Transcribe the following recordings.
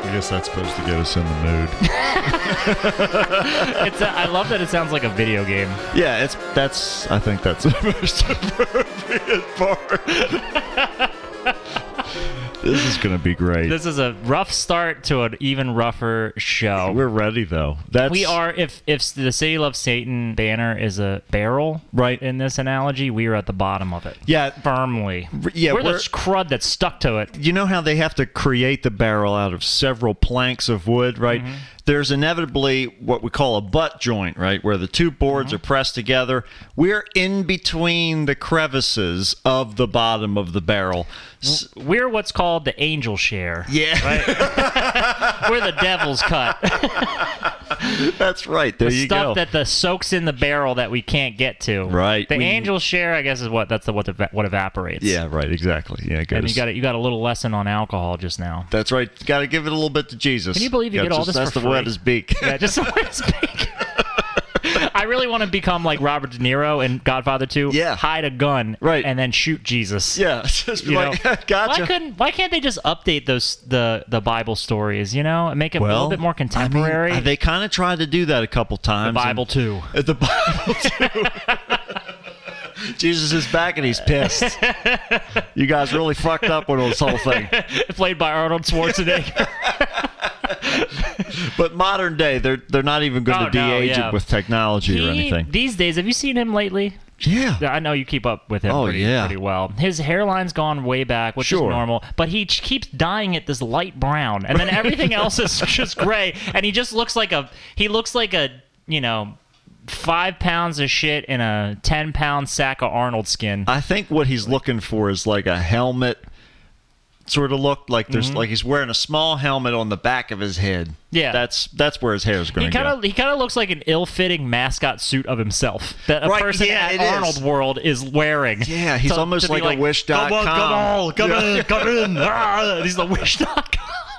I guess that's supposed to get us in the mood. It's a, I love that it sounds like a video game. yeah, it's that's. I think that's the most appropriate part. this is gonna be great. This is a rough start to an even rougher show. We're ready though. That's We are if if the City Loves Satan banner is a barrel, Right. In this analogy, we are at the bottom of it. Yeah. firmly. yeah, we're, we're- the crud that's stuck to it. you know how they have to create the barrel out of several planks of wood, right? Mm-hmm. There's inevitably what we call a butt joint, right, where the two Mm-hmm. boards are pressed together. We're in between the crevices of the bottom of the barrel. S- We're what's called the angel share. yeah, We're the devil's cut. that's right. There you Stuff go. that the soaks in the barrel that we can't get to. Right. The We- angel share, I guess, is what that's the what the, what evaporates. yeah, right. Exactly. Yeah, it And goes- you got a, you got a little lesson on alcohol just now. That's right. Got to give it a little bit to Jesus. Can you believe you Yeah, get all just- this That's for the wet free? as beak. Yeah, just the way it's big. I really want to become like Robert De Niro in Godfather 2. Yeah. Hide a gun. Right. And then shoot Jesus. yeah, just be You like, know? gotcha. Why couldn't? Why can't they just update those the the Bible stories? You know, and make it a little bit more contemporary. I mean, they kind of tried to do that a couple times. Bible and- too. At the Bible too. Jesus is back and he's pissed. You guys really fucked up with this whole thing. played by Arnold Schwarzenegger. But modern day, they're they're not even going to Oh, no, de-age yeah. it with technology or He- anything. These days, have you seen him lately? yeah. I know you keep up with him Oh, pretty, yeah. pretty well. His hairline's gone way back, which Sure. is normal, but he ch- keeps dyeing it this light brown, and then everything else is just gray, and he just looks like a he looks like a you know five pounds of shit in a ten pound sack of Arnold skin. I think what he's looking for is like a helmet sort of look. Like there's like he's wearing a small helmet on the back of his head. Mm-hmm. Yeah. That's that's where his hair is He going to kind go. of he kind of looks like an ill-fitting mascot suit of himself that a Right, person yeah, at it is. Arnold World is wearing. Yeah, he's To- almost to be like a Wish.com. Come on, come on, come in, come in. Ah, he's the Wish.com.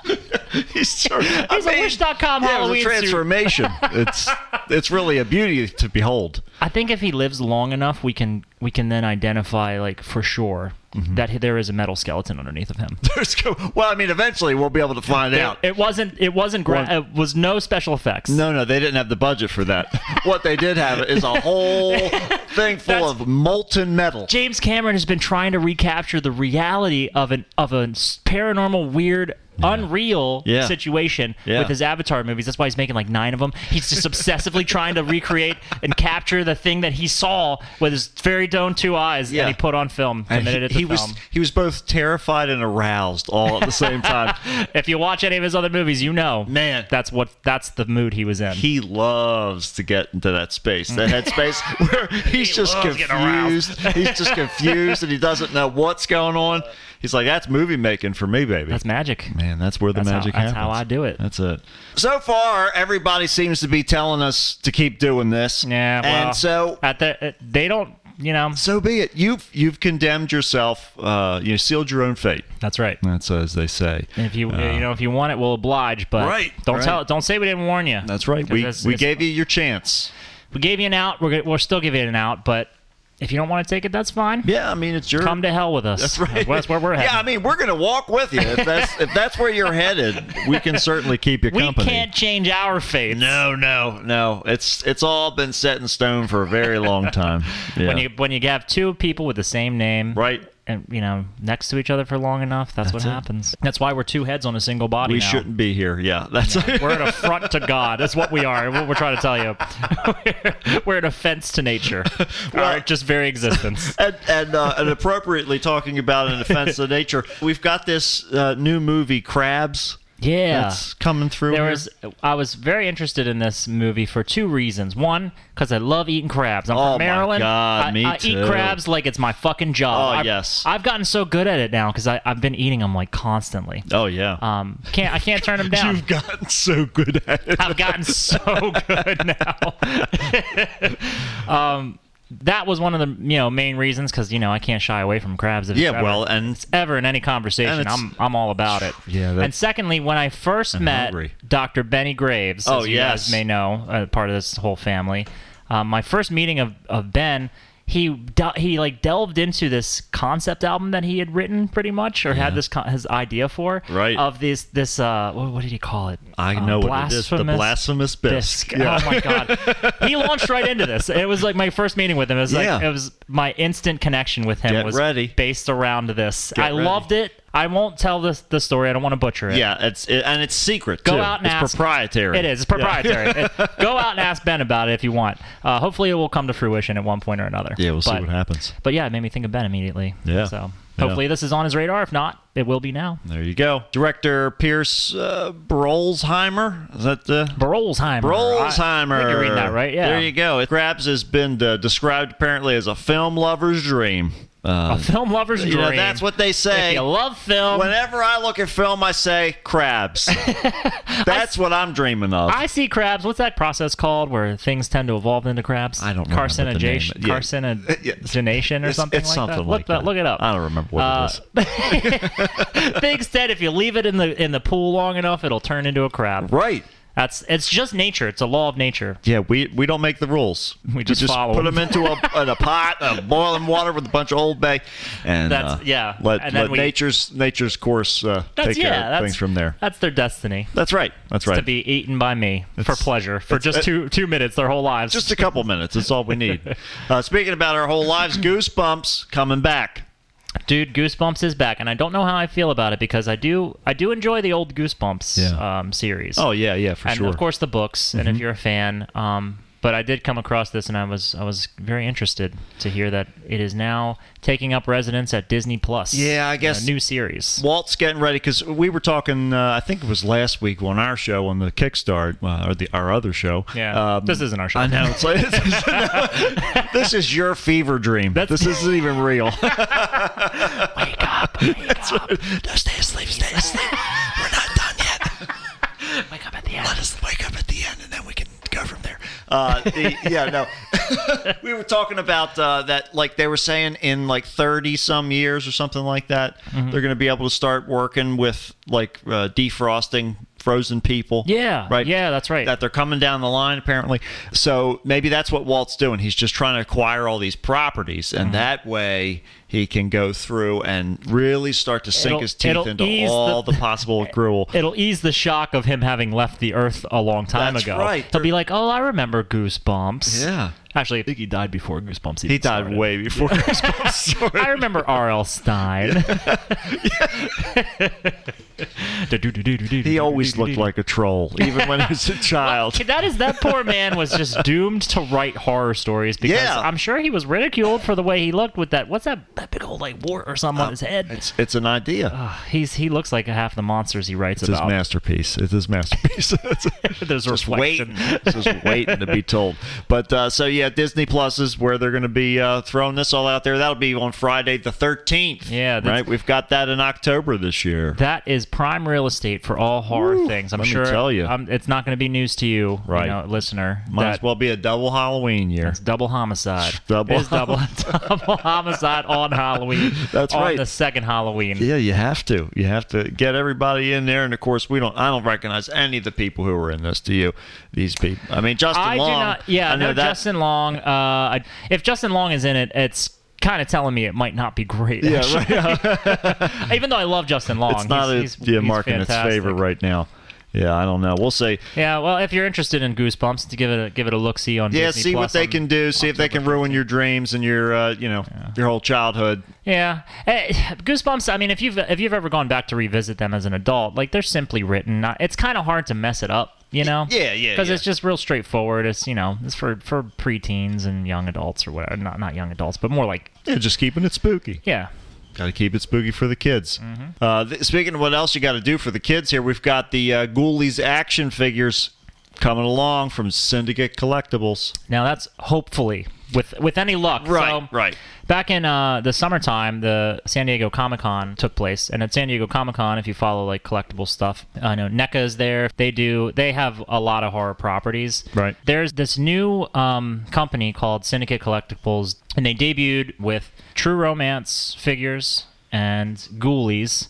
He's sure. He's a Wish.com yeah, Halloween it was a suit. transformation. it's it's really a beauty to behold. I think if he lives long enough, we can we can then identify like for sure Mm-hmm. that he- there is a metal skeleton underneath of him. There's go- well, I mean, eventually we'll be able to find It, out. it wasn't it wasn't gra- Well- it was no special effects. no, no, they didn't have the budget for that. what they did have is a whole thing full That's- of molten metal. James Cameron has been trying to recapture the reality of an of a s- paranormal weird unreal Yeah. situation Yeah. with his avatar movies that's why he's making like nine of them he's just obsessively trying to recreate and capture the thing that he saw with his very own two eyes Yeah. and he put on film And committed he, it to he film was he was both terrified and aroused all at the same time. if you watch any of his other movies you know Man. that's what that's the mood he was in he loves to get into that space, that headspace where he's He just loves getting aroused. confused. he's just confused and he doesn't know what's going on. He's like, "That's movie making for me, baby." that's magic Man, that's where the That's how- magic that's happens. how I do it. That's it. So far, everybody seems to be telling us to keep doing this. Yeah, well, and so at the uh, they don't, you know. so be it. You've you've condemned yourself. Uh, you sealed your own fate. That's right. That's Uh. as they say. If you you know if you want it, we'll oblige. But Right, don't right. tell don't say we didn't warn you. That's right. 'Cause We it's- we it's- gave you your chance. we gave you an out. We're gonna, we're still giving you an out. But if you don't want to take it, that's fine. Yeah, I mean it's your. Come to hell with us. that's right. That's where we're heading. Yeah, I mean we're gonna walk with you if that's if that's where you're headed. We can certainly keep you we company. can't change our fate. No, no, no. It's it's all been set in stone for a very long time. Yeah. When you when you have two people with the same name, right. and you know next to each other for long enough, that's, what it. happens. That's why we're two heads on a single body. We now. shouldn't be here. Yeah, that's We're an affront to God. That's what we are. What we're trying to tell you. We're an offense to nature. Our just very existence. and and, uh, and appropriately talking about an offense to nature. We've got this uh, new movie, Crabs. Yeah. that's coming through. there here. was I was very interested in this movie for two reasons. One, because I love eating crabs. I'm Oh my from Maryland. God, I, me I too. eat crabs like it's my fucking job. Oh, I've- yes. I've gotten so good at it now because I've been eating them like constantly. Oh yeah. Um, can't I can't turn them down. You've gotten so good at it. I've gotten so good now. um, that was one of the you know main reasons because you know I can't shy away from crabs. If it's Yeah, ever, well, and ever in any conversation, and it's- I'm I'm all about it. Yeah, that- and secondly, when I first met hungry. Dr. Benny Graves, Oh, as you yes. guys may know, uh, part of this whole family, um, my first meeting of of Ben. he de- he like delved into this concept album that he had written pretty much or had this con- his idea for Right. of this this uh what, what did he call it I Uh, know what it is. The blasphemous bisque. Bisque. Oh my god, he launched right into this. It was like my first meeting with him. It was Yeah. like it was my instant connection with him Get was ready. based around this. Get I ready. loved it. I won't tell this the story. I don't want to butcher it. Yeah, it's it, and it's secret Go too. out and it's ask- proprietary. It is. It's proprietary. It- go out and ask Ben about it if you want. Uh, hopefully, it will come to fruition at one point or another. Yeah, we'll see But- what happens. But yeah, it made me think of Ben immediately. Yeah. So Yeah. hopefully this is on his radar. If not, it will be now. There you go. Director Pierce uh, Brolsheimer. Is that the Brolsheimer. Brolsheimer? I think you're reading that right. Yeah. There you go. It grabs has been uh, described apparently as a film lover's dream. Uh, A film lover's you dream. know, that's what they If say. you love film. Whenever I look at film, I say crabs. That's what I'm dreaming of. I see crabs. What's that process called where things tend to evolve into crabs? I don't remember the name, Carcinogation, but yeah. carcinogenation or It's- something it's like something that. like look, that- that. look it up. I don't remember what Uh, it is. Things tend if you leave it in the in the pool long enough, it'll turn into a crab. Right. That's it's just nature. It's a law of nature. Yeah, we, we don't make the rules. We just follow put them them. into a, in a pot of boiling water with a bunch of Old Bay, and That's- uh, yeah, let, and then let we- nature's nature's course uh, That's take yeah. care of that's things from there. That's their destiny. That's right. That's right. to be eaten by me for It's- pleasure for it's- just it- two two minutes their whole lives. just a couple minutes. That's all we need. Uh, speaking about our whole lives, goosebumps coming back. Dude, Goosebumps is back, and I don't know how I feel about it because I do I do enjoy the old Goosebumps Yeah. um, series. Oh yeah, yeah, for and sure. of course the books. And if you're a fan, um, but I did come across this, and I was I was very interested to hear that it is now taking up residence at Disney Plus. Yeah, I guess- a new series. Walt's getting ready because we were talking. Uh, I think it was last week on our show on the Kickstart uh, or the our other show. Yeah, Um, this isn't our show. I know. It's like, this, is, this is your fever dream. That's- this isn't even real. Wake up! Wake up! No, stay asleep, stay asleep. We're not done yet. Wake up at the end. Just wake up at the end, and then we can go from there. Uh, the, yeah, no. we were talking about uh, that, like they were saying, in like thirty some years or something like that, Mm-hmm. they're going to be able to start working with like uh, defrosting frozen people. Yeah, right. Yeah, that's right. That they're coming down the line apparently. So maybe that's what Walt's doing. He's just trying to acquire all these properties, Mm-hmm. and that way he can go through and really start to sink It'll- his teeth it'll into ease all the, the- possible accrual. It'll ease the shock of him having left the Earth a long time That's ago. right. He'll be like, "Oh, I remember Goosebumps." Yeah. Actually, I think he died before Goosebumps. Even He died started. way before Goosebumps started. I remember R.L. Stein. He always looked like a troll, even when he was a child. That is that poor man was just doomed to write horror stories because Yeah. I'm sure he was ridiculed for the way he looked with that what's that that big old like wart or something on his head. Uh, It's it's an idea. Ah, He's he looks like half the monsters he writes It's his about. masterpiece. It's his masterpiece. There's just reflection. waiting, just waiting to be told. But uh, so yeah, Disney Plus is where they're going to be uh, throwing this all out there. That'll be on Friday the thirteenth. Yeah, that's- right. We've got that in October this year. That is prime real estate for all horror things. I'm let me sure. tell you. um, it's not going to be news to you, you Right. know, listener. Might that as well be a double Halloween year. it's double homicide. Double- It is double double homicide on Halloween. That's on right. The second Halloween. Yeah, you have to. You have to get everybody in there, and of course, we don't. I don't recognize any of the people who were in this. Do you? These people. I mean, Justin I Long. do not. Yeah, I know no, that. Justin Long. Uh, I, if Justin Long is in it, it's kind of telling me it might not be great. Yeah, actually. right. Even though I love Justin Long, It's not he's, a, he's, yeah, he's mark in its fantastic. favor right now. Yeah, I don't know. We'll see. Yeah, well, if you're interested in Goosebumps, to give it a give it a look. See on Yeah, Disney see what Plus they on- can do. See if they can ruin your dreams and your, uh, you know, your whole childhood. Yeah, Eh, Goosebumps. I mean, if you've if you've ever gone back to revisit them as an adult, like they're simply written. Not, it's kind of hard to mess it up, you know. yeah, yeah, Because yeah. it's just real straightforward. It's you know, it's for for preteens and young adults or whatever. Not not young adults, but more like Yeah, just keeping it spooky. yeah. Got to keep it spooky for the kids. Mm-hmm. Uh, th- speaking of what else you got to do for the kids here, we've got the uh, Ghoulies action figures coming along from Syndicate Collectibles. Now that's hopefully with with any luck. Right, So, right. Back in uh, the summertime, the San Diego Comic Con took place, and at San Diego Comic Con, if you follow like collectible stuff, I know NECA is there. They do. They have a lot of horror properties. Right. There's this new um, company called Syndicate Collectibles, and they debuted with True Romance figures and Ghoulies.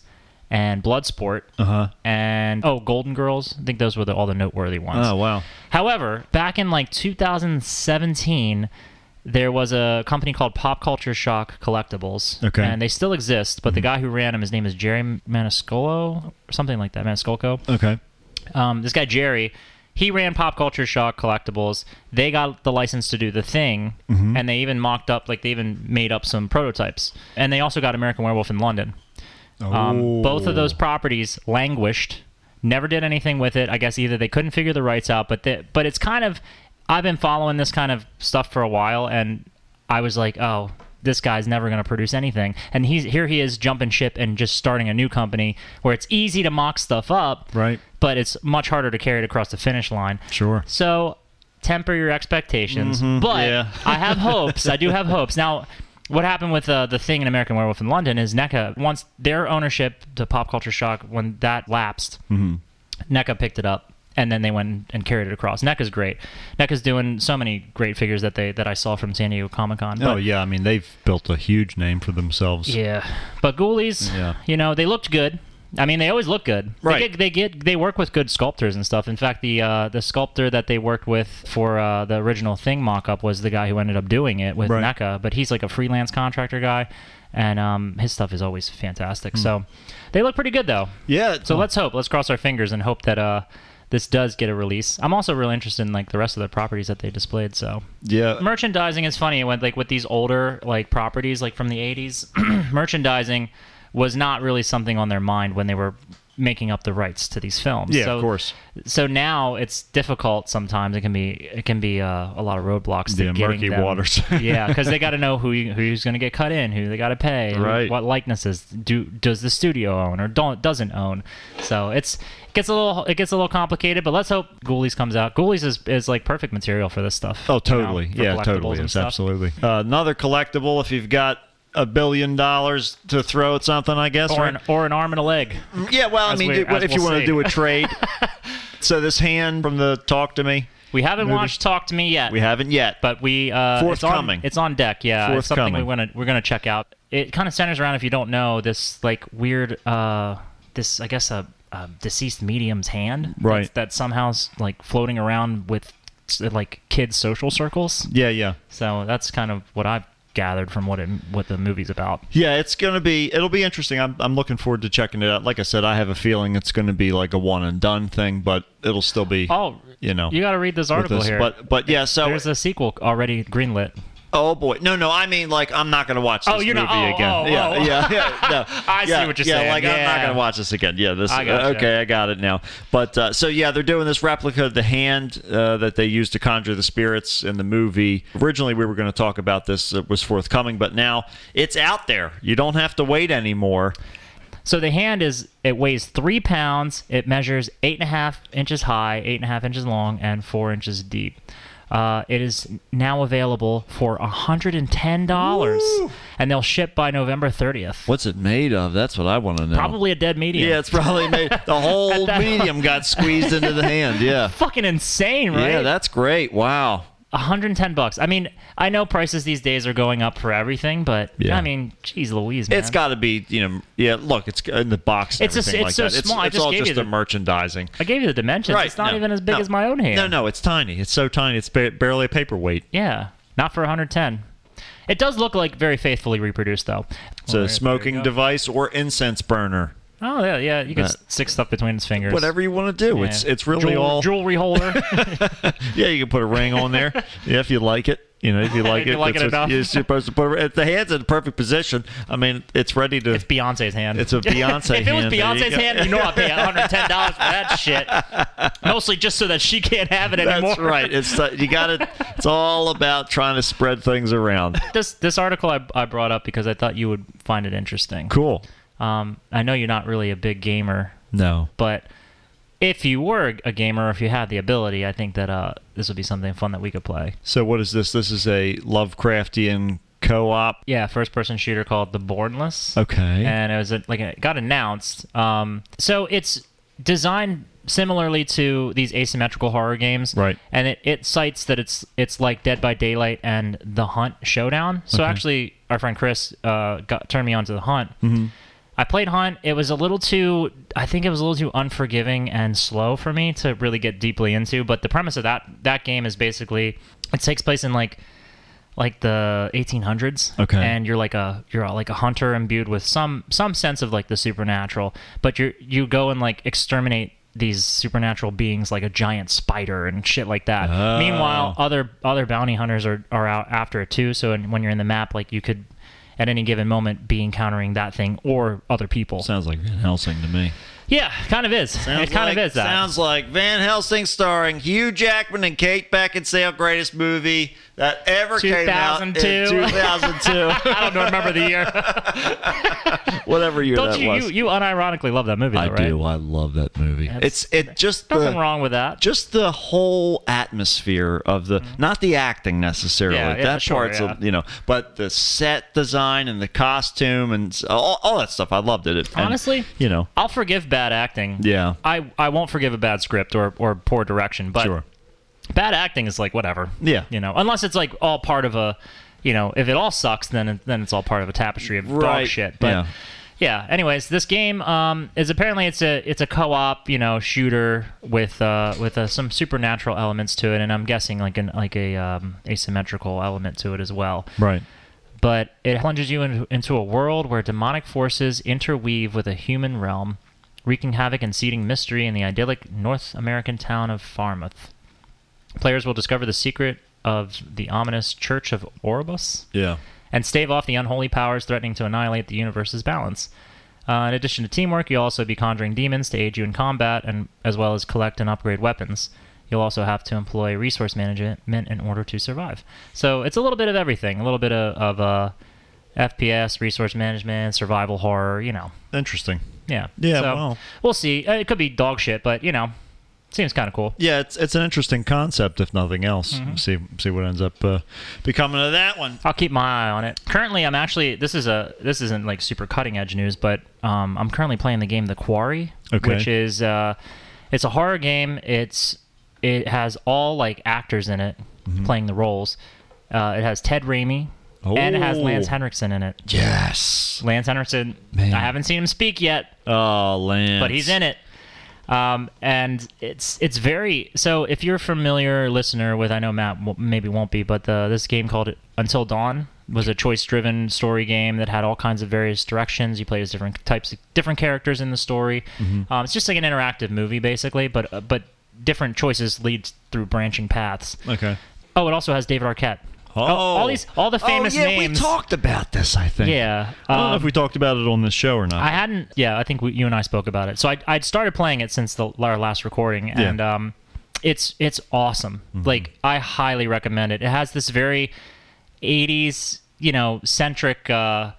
And Bloodsport, Uh-huh. and oh, Golden Girls. I think those Oh, were the, all the noteworthy ones. wow. However, back in like 2017, there was a company called Pop Culture Shock Collectibles. Okay. And they still exist, but the guy who ran them, his name is Jerry Maniscolo or something like that, Maniscalco. Okay. Um, this guy Jerry, he ran Pop Culture Shock Collectibles. They got the license to do the thing, and they even mocked up, like they even made up some prototypes. And they also got American Werewolf in London. Um, both Oh. of those properties languished. Never did anything with it. I guess either they couldn't figure the rights out, but they, but it's kind of I've been following this kind of stuff for a while, and I was like, oh, this guy's never going to produce anything, and he's here. He is jumping ship and just starting a new company where it's easy to mock stuff up, Right. But it's much harder to carry it across the finish line. Sure. Mm-hmm. So temper your expectations. But yeah. I have hopes. I do have hopes. Now, what happened with uh, the thing in American Werewolf in London is NECA, once their ownership to Pop Culture Shock, when that lapsed, Mm-hmm. NECA picked it up. And then they went and carried it across. E NECA's great. NECA's doing so many great figures that they that I saw from San Diego Comic Con. oh yeah, I mean they've built a huge name for themselves. Yeah, but Ghoulies, Yeah. you know, they looked good. I mean, they always look good. Right. They get, they get they work with good sculptors and stuff. In fact, the uh, the sculptor that they worked with for uh, the original thing mock-up was the guy who ended up doing it with Right. NECA, but he's like a freelance contractor guy, and um, his stuff is always Hmm. fantastic. So they look pretty good though. Yeah. So let's hope. Let's cross our fingers and hope that uh, this does get a release. I'm also really interested in like the rest of the properties that they displayed. So yeah. merchandising is funny when like with these older like properties like from the 80s merchandising was not really something on their mind when they were making up the rights to these films Yeah, so, of course. so now it's difficult sometimes it can be it can be uh, a lot of roadblocks to Yeah, getting murky them- waters. yeah because they got to know who you, who's going to get cut in who they got to pay who- Right. what likenesses do does the studio own or don't doesn't own so it's it gets a little it gets a little complicated but let's hope ghoulies comes out ghoulies is, is like perfect material for this stuff Oh, totally. you know, for yeah, collectibles totally. and It's stuff. absolutely uh, another collectible. If you've got a billion dollars to throw at something, I guess. Or right? Mm, an, or an arm and a leg. yeah. Well, I as mean, we- do- what as if you we'll want see. to do a trade? so this hand from the talk to me, We haven't Movie. watched Talk to Me yet, we haven't yet. but we uh, it's on- Forthcoming. It's on, deck. Yeah, it's something we Forthcoming. want to we're gonna check out. It kind of centers around if you don't know this like weird uh, this I guess a, a deceased medium's hand Right. that's- that somehow's like floating around with s- like kids social circles. yeah, yeah, So that's kind of what I've gathered from what it, what the movie's about. yeah. It's gonna be. It'll be interesting. I'm I'm looking forward to checking it out. Like I said, I have a feeling it's gonna be like a one and done thing, but it'll still be. Oh, you know. you got to read this with article us. here. But but yeah. So There's a sequel already greenlit. Oh boy, no, no. I mean, like, I'm not gonna watch this Oh, you're movie not- oh, again. oh, yeah, oh. yeah, yeah. No, I see yeah, what you're yeah, saying. Like, I'm not Yeah. gonna watch this again. Yeah, this. uh, I gotcha. okay, I got it now. But uh, so yeah, they're doing this replica of the hand uh, that they used to conjure the spirits in the movie. Originally, we were going to talk about this. It was forthcoming, but now it's out there. You don't have to wait anymore. So the hand is it weighs three pounds. It measures eight and a half inches high, eight and a half inches long, and four inches deep. Uh, it is now available for hundred and ten dollars, and they'll ship by November thirtieth. What's it made of? That's what I want to know. Probably a dead medium. Yeah, it's probably made. The whole that- medium got squeezed into the hand. Yeah. fucking insane, right? Yeah, that's great. Wow. 110 bucks. I mean, I know prices these days are going up for everything, but Yeah. I mean, geez, Louise, man. It's got to be, you know, yeah. Look, it's uh, in the box. And It's just- everything it's like so that. small. It's, I it's just all gave just you the the- merchandising. I gave you the dimensions. Right? It's not no, even as big no. as my own hand. No, no, it's tiny. It's so tiny. It's ba- barely a paperweight. Yeah, not for 110. It does look like very faithfully reproduced, though. It's a smoking device or incense burner. Oh yeah, yeah. You can s stick stuff between his fingers. Uh, Whatever you want to do. Yeah. It's it's really Jewel- all. jewelry holder. Yeah, you can put a ring on there. yeah, if you like it. You know, if you like you it, like that's it what enough. you're supposed to put. It, the hand's in the perfect position. I mean, it's ready to. it's Beyonce's hand. It's a Beyonce if it was hand. There you Beyonce's go. hand, you know I'd pay 110 dollars for that shit. Mostly just so that she can't have it anymore. that's right. It's uh, you got it. It's all about trying to spread things around. This this article I, I brought up because I thought you would find it interesting. Cool. Um, I know you're not really a big gamer, No. but if you were a gamer, if you had the ability, I think that uh, this would be something fun that we could play. So what is this? This is a Lovecraftian co-op. Yeah, first person shooter called The Bornless. Okay. And it was a, like it got announced. Um, so it's designed similarly to these asymmetrical horror games. Right. And it, it cites that it's it's like Dead by Daylight and The Hunt Showdown. So Okay. actually our friend Chris uh, got turned me on to The Hunt. Mm-hmm. I played Hunt. It was a little too I think it was a little too unforgiving and slow for me to really get deeply into, but the premise of that that game is basically it takes place in like like the 1800s Okay. and you're like a you're uh, like a hunter imbued with some some sense of like the supernatural but you you go and like exterminate these supernatural beings like a giant spider and shit like that Oh. meanwhile other other bounty hunters are, are out after it too so in, when you're in the map like you could at any given moment be encountering that thing or other people Sounds like Van Helsing to me. yeah kind of is Sounds it kind like, of is that Sounds like Van Helsing starring Hugh Jackman and Kate Beckinsale, greatest movie that ever came out in 2002. 2002. i don't remember the year Whatever year don't that you, was. you you unironically love that movie though, I right do. I love that movie. That's- it's it just nothing the, wrong with that just the whole atmosphere of the not the acting necessarily Mm-hmm. Yeah, yeah, that sure, part's a- yeah. you know but the set design and the costume and s- all, all that stuff i loved it And, Honestly, you know I'll forgive bad acting. Yeah. I, I won't forgive a bad script or, or poor direction, but sure bad acting is like whatever. Yeah. You know, unless it's like all part of a, you know, if it all sucks, then it, then it's all part of a tapestry of Right. dog shit. But Yeah. yeah. Anyways, this game um, is apparently it's a it's a co-op you know shooter with uh, with uh, some supernatural elements to it, and I'm guessing like an like a um, asymmetrical element to it as well right but it plunges you in, into a world where demonic forces interweave with a human realm, wreaking havoc and seeding mystery in the idyllic North American town of Farmouth. Players will discover the secret of the ominous Church of Oribus yeah and stave off the unholy powers threatening to annihilate the universe's balance. Uh, in addition to teamwork, you'll also be conjuring demons to aid you in combat, and as well as collect and upgrade weapons. You'll also have to employ resource management in order to survive. So it's a little bit of everything, a little bit of, of uh, FPS, resource management, survival horror. You know, interesting yeah, Yeah, So wow. we'll see. Uh, It could be dog shit, but you know, seems kind of cool. yeah it's it's an interesting concept if nothing else Mm-hmm. see see what ends up uh, becoming of that one I'll keep my eye on it. Currently, I'm actually this is a this isn't like super cutting edge news, but um, I'm currently playing the game The Quarry, Okay. which is uh, it's a horror game. It's it has all like actors in it Mm-hmm. playing the roles. Uh, it has Ted Raimi and it has Oh. Lance Henriksen in it. yes Lance Henriksen, Man. I haven't seen him speak yet, oh lance but he's in it. Um, and it's it's very so if you're a familiar listener with I know Matt w- maybe won't be but the, this game called Until Dawn was a choice driven story game that had all kinds of various directions you play as different types of different characters in the story Mm-hmm. um, it's just like an interactive movie basically but uh, but different choices lead through branching paths okay oh it also has David Arquette all these all the Oh, famous yeah, names we talked Oh, about this i think yeah I don't know um, if we talked about it on this show or not. I hadn't. Yeah, I think we, you and I spoke about it. So I, I'd started playing it since the, our last recording, and um, it's it's awesome. Like I highly recommend it. It has this very '80s, you know, centric uh,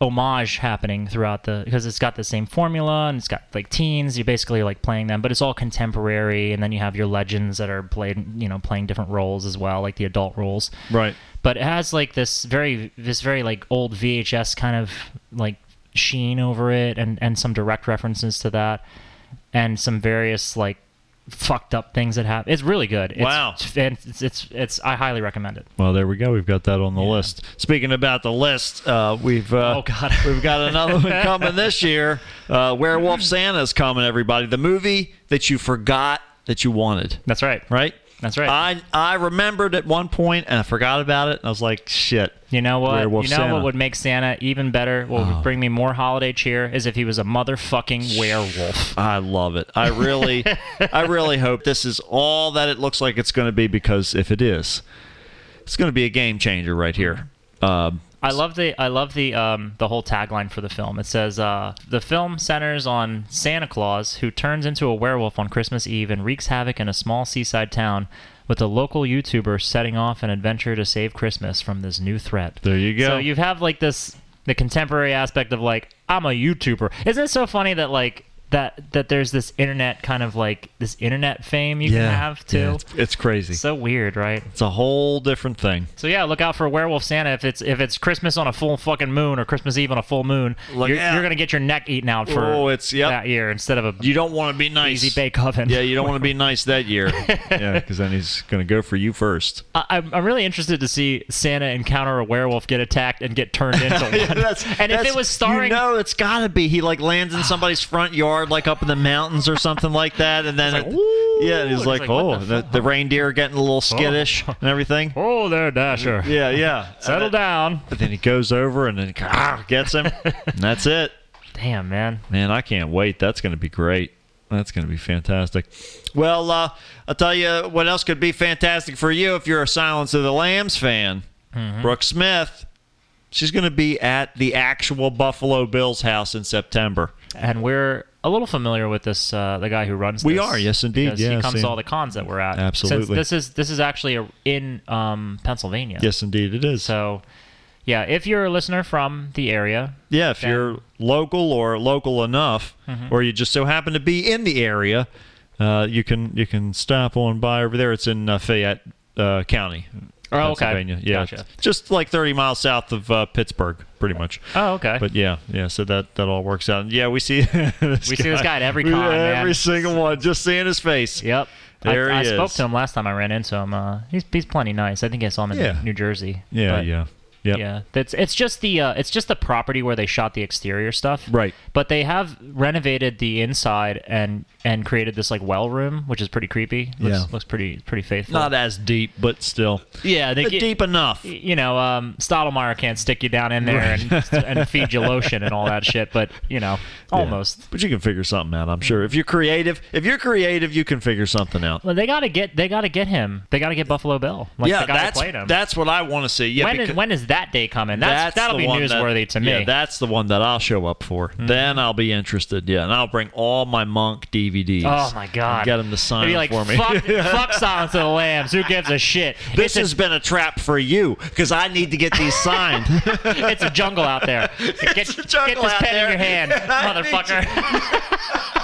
homage happening throughout the because it's got the same formula and it's got like teens. You're basically like playing them, but it's all contemporary, and then you have your legends that are played, you know, playing different roles as well, like the adult roles right. but it has like this very this very like old VHS kind of like sheen over it and and some direct references to that and some various like fucked up things that happen. It's really good. It's, Wow. And it's, it's it's I highly recommend it. Well, there we go. We've got that on the list. Speaking about the list, uh, we've uh, Oh, God. we've got another one coming this year. Uh, Werewolf Santa's coming, everybody. The movie that you forgot that you wanted, That's right. right? That's right. I I remembered at one point and I forgot about it, and I was like, shit. You know what? Werewolf you know Santa. Oh. what would make Santa even better? What would bring me more holiday cheer is if he was a motherfucking werewolf. I love it. I really, I really hope this is all that it looks like it's going to be because if it is, it's going to be a game changer right here. Um, I love the I love the um, the whole tagline for the film. It says uh, the film centers on Santa Claus who turns into a werewolf on Christmas Eve and wreaks havoc in a small seaside town, with a local YouTuber setting off an adventure to save Christmas from this new threat. There you go. So you have like this the contemporary aspect of like I'm a YouTuber. Isn't it so funny that like that that there's this internet kind of like this internet fame you can have too? yeah, it's, it's crazy. so weird, right? It's a whole different thing. So yeah, look out for werewolf Santa if it's if it's Christmas on a full fucking moon or Christmas Eve on a full moon. Look you're, out. you're gonna get your neck eaten out for Oh, it's- yep. that year instead of a You don't want to be nice. easy bake oven. Yeah, you don't want to be nice that year. yeah, because then he's going to go for you first. I, I'm, I'm really interested to see Santa encounter a werewolf, get attacked, and get turned into one. and if it was starring, you know, it's got to be he like lands in somebody's front yard backyard, like up in the mountains or something like that. And then, It's like, it- "Ooh," yeah, and he's it's like, like, oh, what the the, the reindeer are getting a little skittish and everything. Oh, there, Dasher. Yeah, yeah. Settle down. But then he goes over and then ah, gets him. and that's it. Damn, man. Man, I can't wait. That's going to be great. That's going to be fantastic. Well, uh, I'll tell you what else could be fantastic for you if you're a Silence of the Lambs fan. Brooke Smith, she's going to be at the actual Buffalo Bills house in September. And we're a little familiar with this, uh, the guy who runs. We this, are, yes, indeed. because Yeah, he comes see. to all the cons that we're at. Absolutely. Since this is this is actually a, in um, Pennsylvania. Yes, indeed, it is. So, yeah, if you're a listener from the area, Yeah, if Then- you're local or local enough, Mm-hmm. or you just so happen to be in the area, uh, you can you can stop on by over there. It's in uh, Fayette uh, County, Oh, okay. Pennsylvania. Yeah, Gotcha. it's just like 30 miles south of uh, Pittsburgh, pretty much. oh okay, But yeah, yeah. So that that all works out. Yeah, we see this We see this guy at every We- con, man. every single one. Just seeing his face. yep. There I, he I spoke is. to him last time I ran into him. Uh, he's he's plenty nice. I think I saw him in Yeah. New Jersey. Yeah, But, yeah, Yep. Yeah, that's it's just the uh, it's just the property where they shot the exterior stuff. Right. But they have renovated the inside and and created this like well room, which is pretty creepy. Looks, Yeah. looks pretty pretty faithful. Not as deep, but still yeah, they Uh, get- deep enough. you know, um, Stottlemyre can't stick you down in there and, and feed you lotion and all that shit, but you know, almost. But you can figure something out, I'm sure. If you're creative, if you're creative, you can figure something out. Well, they gotta get they gotta get him. They gotta get Buffalo Bill. Like, yeah, the guy who that's played him. that's what I want to see. Yeah, when is because when is that day coming? That's, that'll the be one that- newsworthy to me. Mm-hmm. Yeah, that's the one that I'll show up for. Then I'll be interested. Yeah, and I'll bring all my Monk DVDs. Oh my god! and get them to sign They'd be them like, for me. Fuck, fuck Silence of the Lambs. Who gives a shit? it's This has been a trap for you because I need to get these signed. a, it's a jungle out there. Get, a get jungle this out pen there. in your hand, I need motherfucker.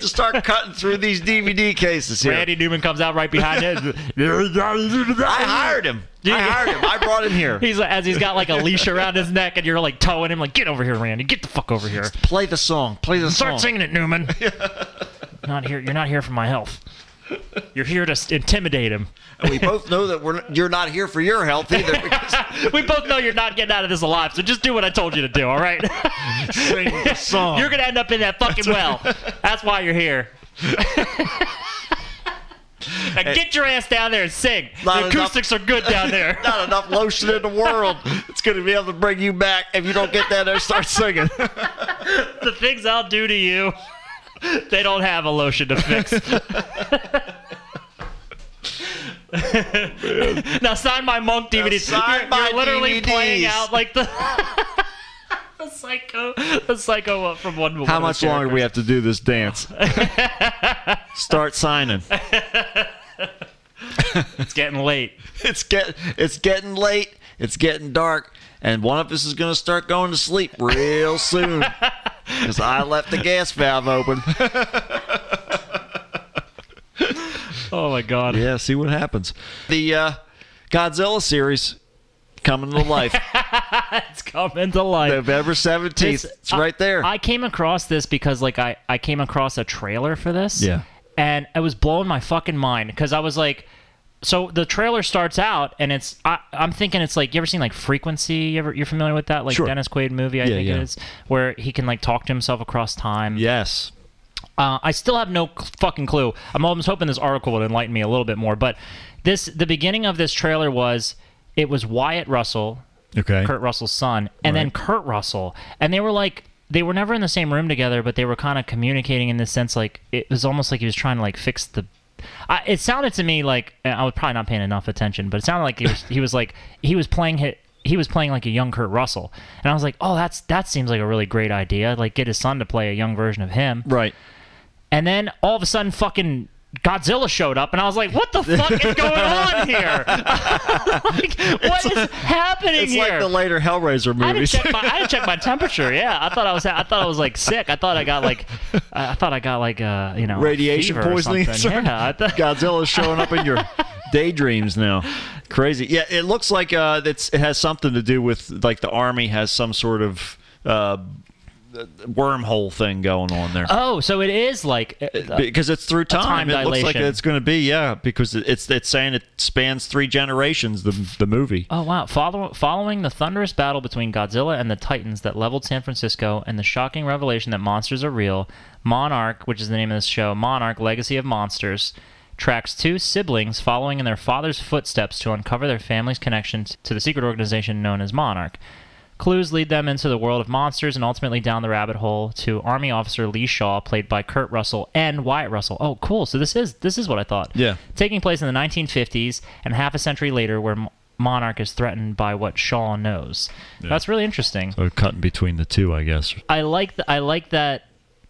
to start cutting through these DVD cases here. Randy Newman comes out right behind you. I hired him. I hired him. I brought him here. He's as he's got like a leash around his neck, and you're like towing him, like get over here, Randy, get the fuck over here. Play the song. Play the Start song. singing it, Newman. Oh. not here. You're not here for my health. You're here to s- intimidate him. we both know that we're you're not here for your health either. Because we both know you're not getting out of this alive, so just do what I told you to do, all right? sing the song. You're gonna end up in that fucking well. That's why you're here. now get your ass down there and sing. Not the enough- acoustics are good down there. not enough lotion in the world. It's going to be able to bring you back if you don't get down there and start singing. the things I'll do to you, they don't have a lotion to fix. now sign my monk DVD. sign you're, my you're literally playing DVDs. out like the the psycho, the psycho uh, from One Woman. How much longer do we have to do this dance? start signing. It's getting late. It's get it's getting late. It's getting dark. And one of us is going to start going to sleep real soon because I left the gas valve open. Oh my god. Yeah, see what happens. The uh, Godzilla series coming to life It's coming to life. November 17th. This- it's right there. I came across this because like I I came across a trailer for this. Yeah. And it was blowing my fucking mind because I was like, so the trailer starts out and it's I, I'm thinking it's like you ever seen like Frequency? You ever you're familiar with that like Sure. Dennis Quaid movie? I Yeah, think yeah. it is where he can like talk to himself across time. yes. Uh, I still have no cl- fucking clue. I'm almost hoping this article would enlighten me a little bit more. But this the beginning of this trailer was it was Wyatt Russell Okay. Kurt Russell's son, and then Right. Kurt Russell, and they were like they were never in the same room together, but they were kind of communicating in this sense like it was almost like he was trying to like fix the. I, it sounded to me like and I was probably not paying enough attention, but it sounded like he was he was like he was playing hit. He was playing like a young Kurt Russell, and I was like, "Oh, that's that seems like a really great idea. Like, get his son to play a young version of him." Right. And then all of a sudden, fucking Godzilla showed up, and I was like, "What the fuck is going on here? like, what is happening It's here?" like the later Hellraiser I didn't movies. check my I didn't check my temperature. Yeah, I thought I was I thought I was like sick. I thought I got like I I thought I got like uh you know Radiation fever or poisoning. something. Yeah, I thought, Godzilla's showing up in your daydreams now. Crazy. Yeah, it looks like uh, it's, it has something to do with like the army has some sort of. Uh, uh, wormhole thing going on there. Oh, so it is like uh, because it's through time, time it looks like dilation. it's going to be yeah. Because it- it's it's saying it spans three generations. The the movie. Oh wow! Follow, following the thunderous battle between Godzilla and the Titans that leveled San Francisco, and the shocking revelation that monsters are real, Monarch, which is the name of this show, Monarch: Legacy of Monsters, tracks two siblings following in their father's footsteps to uncover their family's connection to the secret organization known as Monarch. Clues lead them into the world of monsters and ultimately down the rabbit hole to Army Officer Lee Shaw, played by Kurt Russell and Wyatt Russell. Oh, cool! So this is this is what I thought Yeah. taking place in the 1950s and half a century later, where M- Monarch is threatened by what Shaw knows. That's really interesting. So cutting between the two, I guess. I like th- I like that.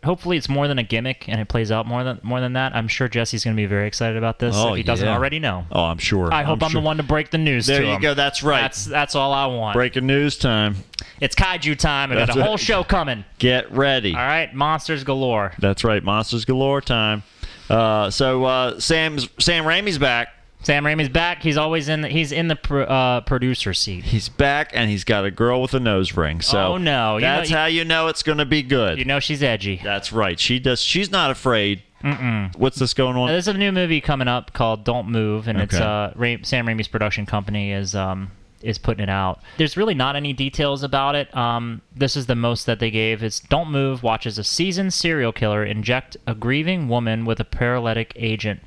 Hopefully, it's more than a gimmick and it plays out more than more than that. I'm sure Jesse's going to be very excited about this Oh, if he doesn't yeah. already know. Oh, I'm sure. I hope I'm, sure. the one to break the news. There to you him. go. That's right. That's that's all I want. Breaking news time. It's kaiju time. I got That's a right. whole show coming. Get ready. All right, monsters galore. That's right. Monsters galore time. Uh, so uh, Sam's Sam Raimi's back. Sam Raimi's back. He's always in. The, he's in the pro, uh, producer seat. He's back, and he's got a girl with a nose ring. So Oh, no. You know- that's how you know it's going to be good. You know she's edgy. that's right. She does. She's not afraid. Mm-mm. What's this going on? There's a new movie coming up called Don't Move, and it's Okay. uh, Ra- Sam Raimi's production company is um, is putting it out. There's really not any details about it. Um, this is the most that they gave. It's Don't Move watches a seasoned serial killer inject a grieving woman with a paralytic agent.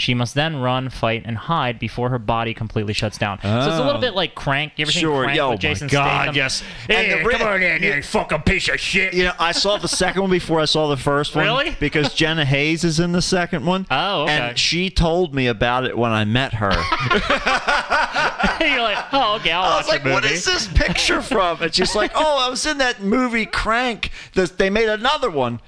She must then run, fight, and hide before her body completely shuts down. So it's a little Oh. bit like Crank. You ever seen Sure. Crank Yo, with Jason my God, Statham? yes. Hey, And the re- come on in, you fucking piece of shit. You know, I saw the second one before I saw the first one. Really? Because Jenna Hayes is in the second one. Oh, okay. And she told me about it when I met her. I You're like, oh, okay, I'll watch was like, the movie. what is this picture from? And she's like, oh, I was in that movie Crank. This- They made another one.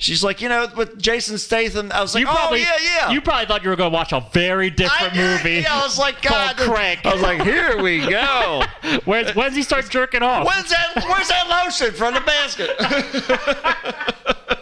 She's like, you know, with Jason Statham. I was like, You probably, oh, yeah, yeah. You probably thought you were going to watch a very different did. movie. Yeah, I was like, called God. this- Crank. I was like, here we go. Where's, when's he start jerking off? When's that, where's that lotion from the basket?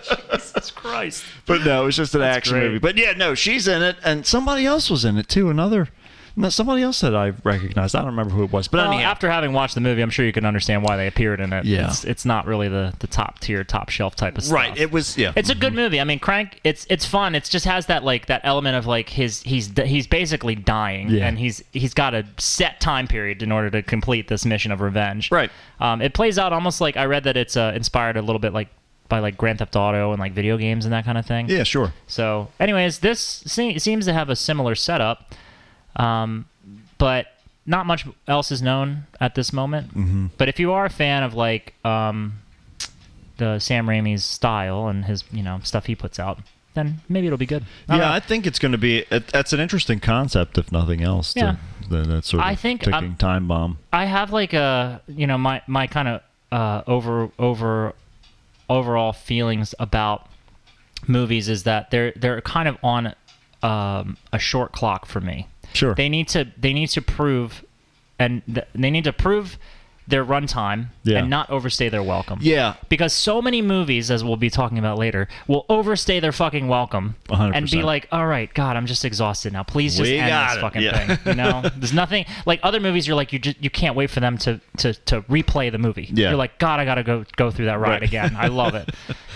Jesus Christ. But no, it was just an action great. movie. But yeah, no, she's in it, and somebody else was in it too. Another, no, somebody else that I recognized. I don't remember who it was, but Well, anyhow, after having watched the movie, I'm sure you can understand why they appeared in it. Yeah. It's, it's not really the, the top tier, top shelf type of stuff. right, it was yeah. It's a good movie. I mean, Crank. It's it's fun. It's just has that like that element of like his he's d- he's basically dying, Yeah. and he's he's got a set time period in order to complete this mission of revenge. Right. Um, it plays out almost like I read that it's uh, inspired a little bit like by like Grand Theft Auto and like video games and that kind of thing. yeah, sure. So, anyways, this se- seems to have a similar setup, um, but not much else is known at this moment. Mm-hmm. But if you are a fan of like um, the Sam Raimi's style and his you know stuff he puts out, then maybe it'll be good. I don't yeah, know. I think it's going to be. It, that's an interesting concept, if nothing else. to- Yeah. than that sort of I think um, ticking I'm- time bomb. I have like a you know my my kind of uh, over over overall feelings about movies is that they're they're kind of on um, a short clock for me. Sure. They need to they need to prove and th- they need to prove their runtime Yeah. and not overstay their welcome. Yeah. Because so many movies, as we'll be talking about later, will overstay their fucking welcome 100%. and be like, "All right, God, I'm just exhausted now. Please just We end got this it." fucking Yeah. thing." You know, there's nothing like other movies. You're like, you just you can't wait for them to to to replay the movie. Yeah. You're like, God, I gotta go go through that ride Right. again. I love it.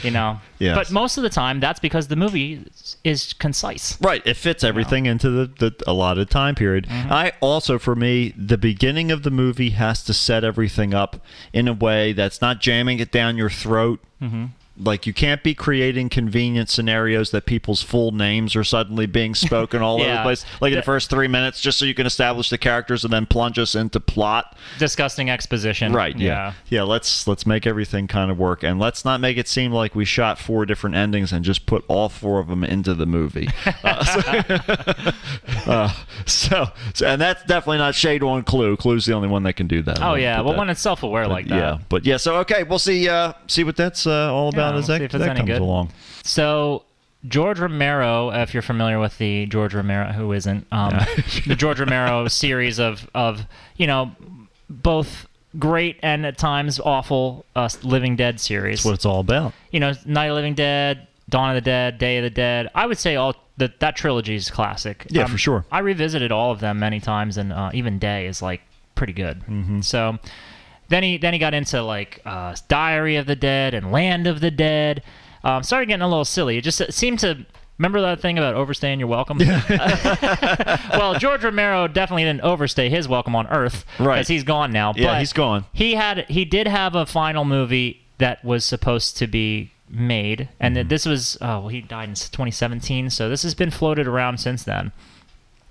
You know. Yes. But most of the time, that's because the movie is- is concise. Right, it fits everything into the, the allotted time period. I also, for me, the beginning of the movie has to set everything up in a way that's not jamming it down your throat. Mm-hmm. Like you can't be creating convenient scenarios that people's full names are suddenly being spoken all over the Yeah. place, like in the The- first three minutes, just so you can establish the characters and then plunge us into plot. Disgusting exposition. Right. Yeah. yeah. Let's let's make everything kind of work, and let's not make it seem like we shot four different endings and just put all four of them into the movie. Uh, so, uh, so, so- and that's definitely not shade on Clue. Clue's the only one that can do that. Oh yeah. But Well, that- when it's self-aware like that. Yeah. But yeah. So okay, we'll see. Uh, see what that's uh, all about Yeah, as we'll that, see if it's that any comes good. along. So George Romero, if you're familiar with the George Romero, who isn't um, the George Romero series of of you know both great and at times awful uh, Living Dead series. What it's all about. You know, Night of the Living Dead, Dawn of the Dead, Day of the Dead. I would say all that that trilogy is classic. Um, Yeah, for sure. Mm-hmm. I revisited all of them many times, and uh, even Day is like pretty good. So Then he then he got into like uh, Diary of the Dead and Land of the Dead. Um, started getting a little silly. It just seemed to remember that thing about overstaying your welcome. well, George Romero definitely didn't overstay his welcome on Earth, Right. Because he's gone now. Yeah, but he's gone. He had he did have a final movie that was supposed to be made, and Mm-hmm. that this was oh well, he died in 2017, so this has been floated around since then.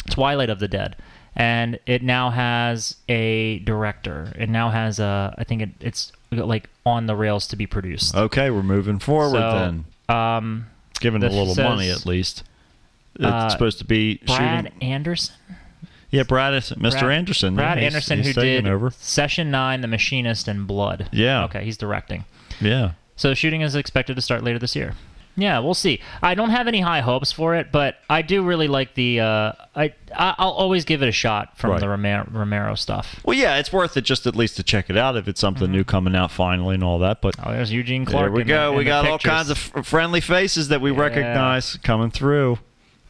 Twilight of the Dead, and it now has a director. It now has a I think it, it's like on the rails to be produced. Okay, we're moving forward so, then. um, Giving it a this little says, money at least. It's uh, supposed to be Brad shooting. Anderson. Yeah, Brad, is- Mr. Anderson. Brad yeah, he's- Anderson, he's who taking did over. Session Nine, The Machinist, and Blood. Yeah. Okay, he's directing. Yeah. So shooting is expected to start later this year. Yeah, we'll see. I don't have any high hopes for it, but I do really like the. Uh, I I- I'll always give it a shot from Right. the Romero, Romero stuff. Well, yeah, it's worth it just at least to check it out if it's something new coming out finally and all that. But Oh, there's Eugene Clark. there Mm-hmm. we in the- go. in we the got pictures. all kinds of f- friendly faces that we recognize coming through,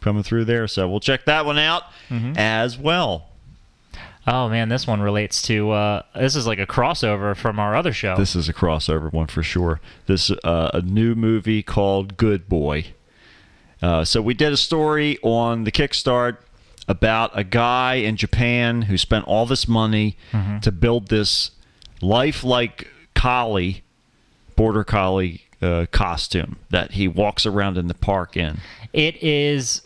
coming through there. So we'll check that one out Mm-hmm. as well. Oh man, this one relates to. Uh, this is like a crossover from our other show. This is a crossover one for sure. This uh, a new movie called Good Boy. Uh, so we did a story on the Kickstart about a guy in Japan who spent all this money Mm-hmm. to build this lifelike collie, border collie uh, costume that he walks around in the park in. It is.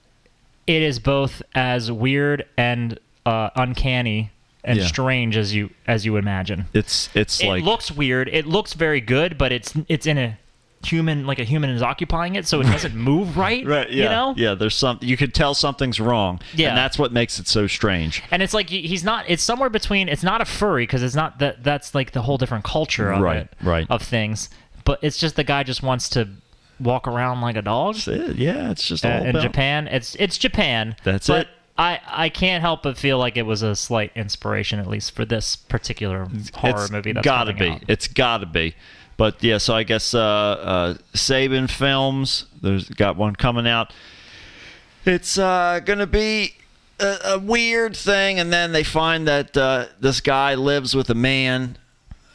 It is both as weird and uh, uncanny and Yeah. strange as you as you imagine. It's it's it like looks weird. It looks very good, but it's it's in a human like a human is occupying it, so it doesn't move right. right yeah You know. yeah. There's some you could tell something's wrong. Yeah. and that's what makes it so strange. And it's like he- he's not. It's somewhere between. It's not a furry because it's not that. That's like the whole different culture of Right, it, right. of things. But it's just the guy just wants to walk around like a dog. That's it. Yeah, it's just Uh, all in about Japan, it's it's Japan. That's but it. I, I can't help but feel like it was a slight inspiration, at least for this particular horror It's movie. That's gotta be. coming out. It's gotta be. But yeah, so I guess uh, uh, Saban Films, there's got one coming out. It's uh, gonna be a, a weird thing, and then they find that uh, this guy lives with a man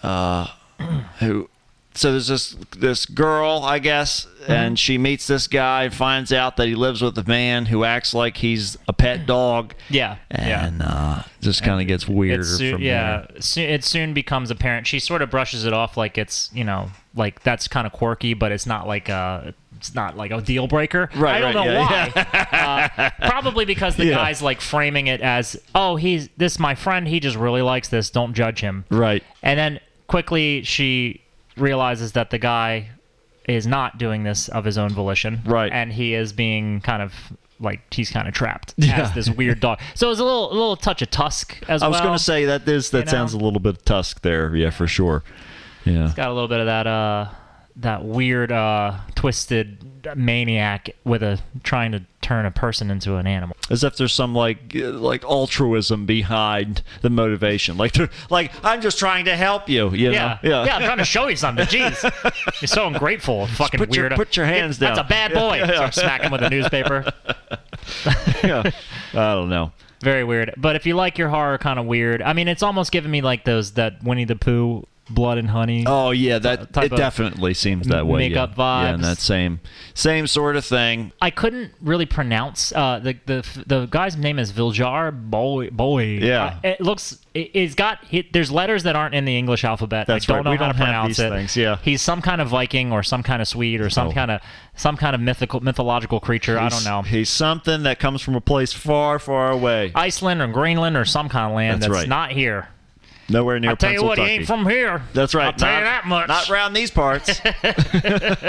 uh, who. So there's this this girl, I guess, and she meets this guy and finds out that he lives with a man who acts like he's a pet dog. Yeah, yeah. and uh, just kind of gets weirder it soon, from there. yeah so- it soon becomes apparent she sort of brushes it off like it's you know like that's kind of quirky but it's not like a it's not like a deal breaker Right, i don't right, know yeah, why uh, probably because the Yeah. guy's like framing it as oh he's this my friend he just really likes this don't judge him Right. and then quickly she realizes that the guy is not doing this of his own volition. Right. And he is being kind of like he's kind of trapped Yeah. as this weird dog. So it's a little a little touch of Tusk as I well. was going to say that is that know? sounds a little bit Tusk there, yeah, for sure. Yeah, got a little bit of that uh that weird uh twisted maniac with a trying to turn a person into an animal. as if there's some like uh, like altruism behind the motivation. Like they're like I'm just trying to help you. you Yeah. know? I'm trying to show you something. Jeez. You're so ungrateful, fucking put your- weirdo. put your hands That's down. a bad boy. Start smacking with a newspaper. yeah. I don't know. Very weird. But if you like your horror kind of weird, I mean, it's almost giving me like those that Winnie the Pooh, Blood and Honey. Oh yeah, that type it of definitely seems that way. makeup yeah. yeah, and vibes. that same same sort of thing. I couldn't really pronounce uh, the the the guy's name is Viljar Boy Boy. Yeah. Uh, it looks it, it's got he, there's letters that aren't in the English alphabet. That's I don't right. know We how don't to have pronounce these it. things, yeah. He's some kind of Viking or some kind of Swede or some Oh. kind of some kind of mythical mythological creature. I don't know. He's something that comes from a place far, far away, Iceland or Greenland or some kind of land That's that's, right. not here. nowhere near I tell you what, he Pennsylvania. ain't from here. That's right. I'll tell not, you that much. Not round these parts.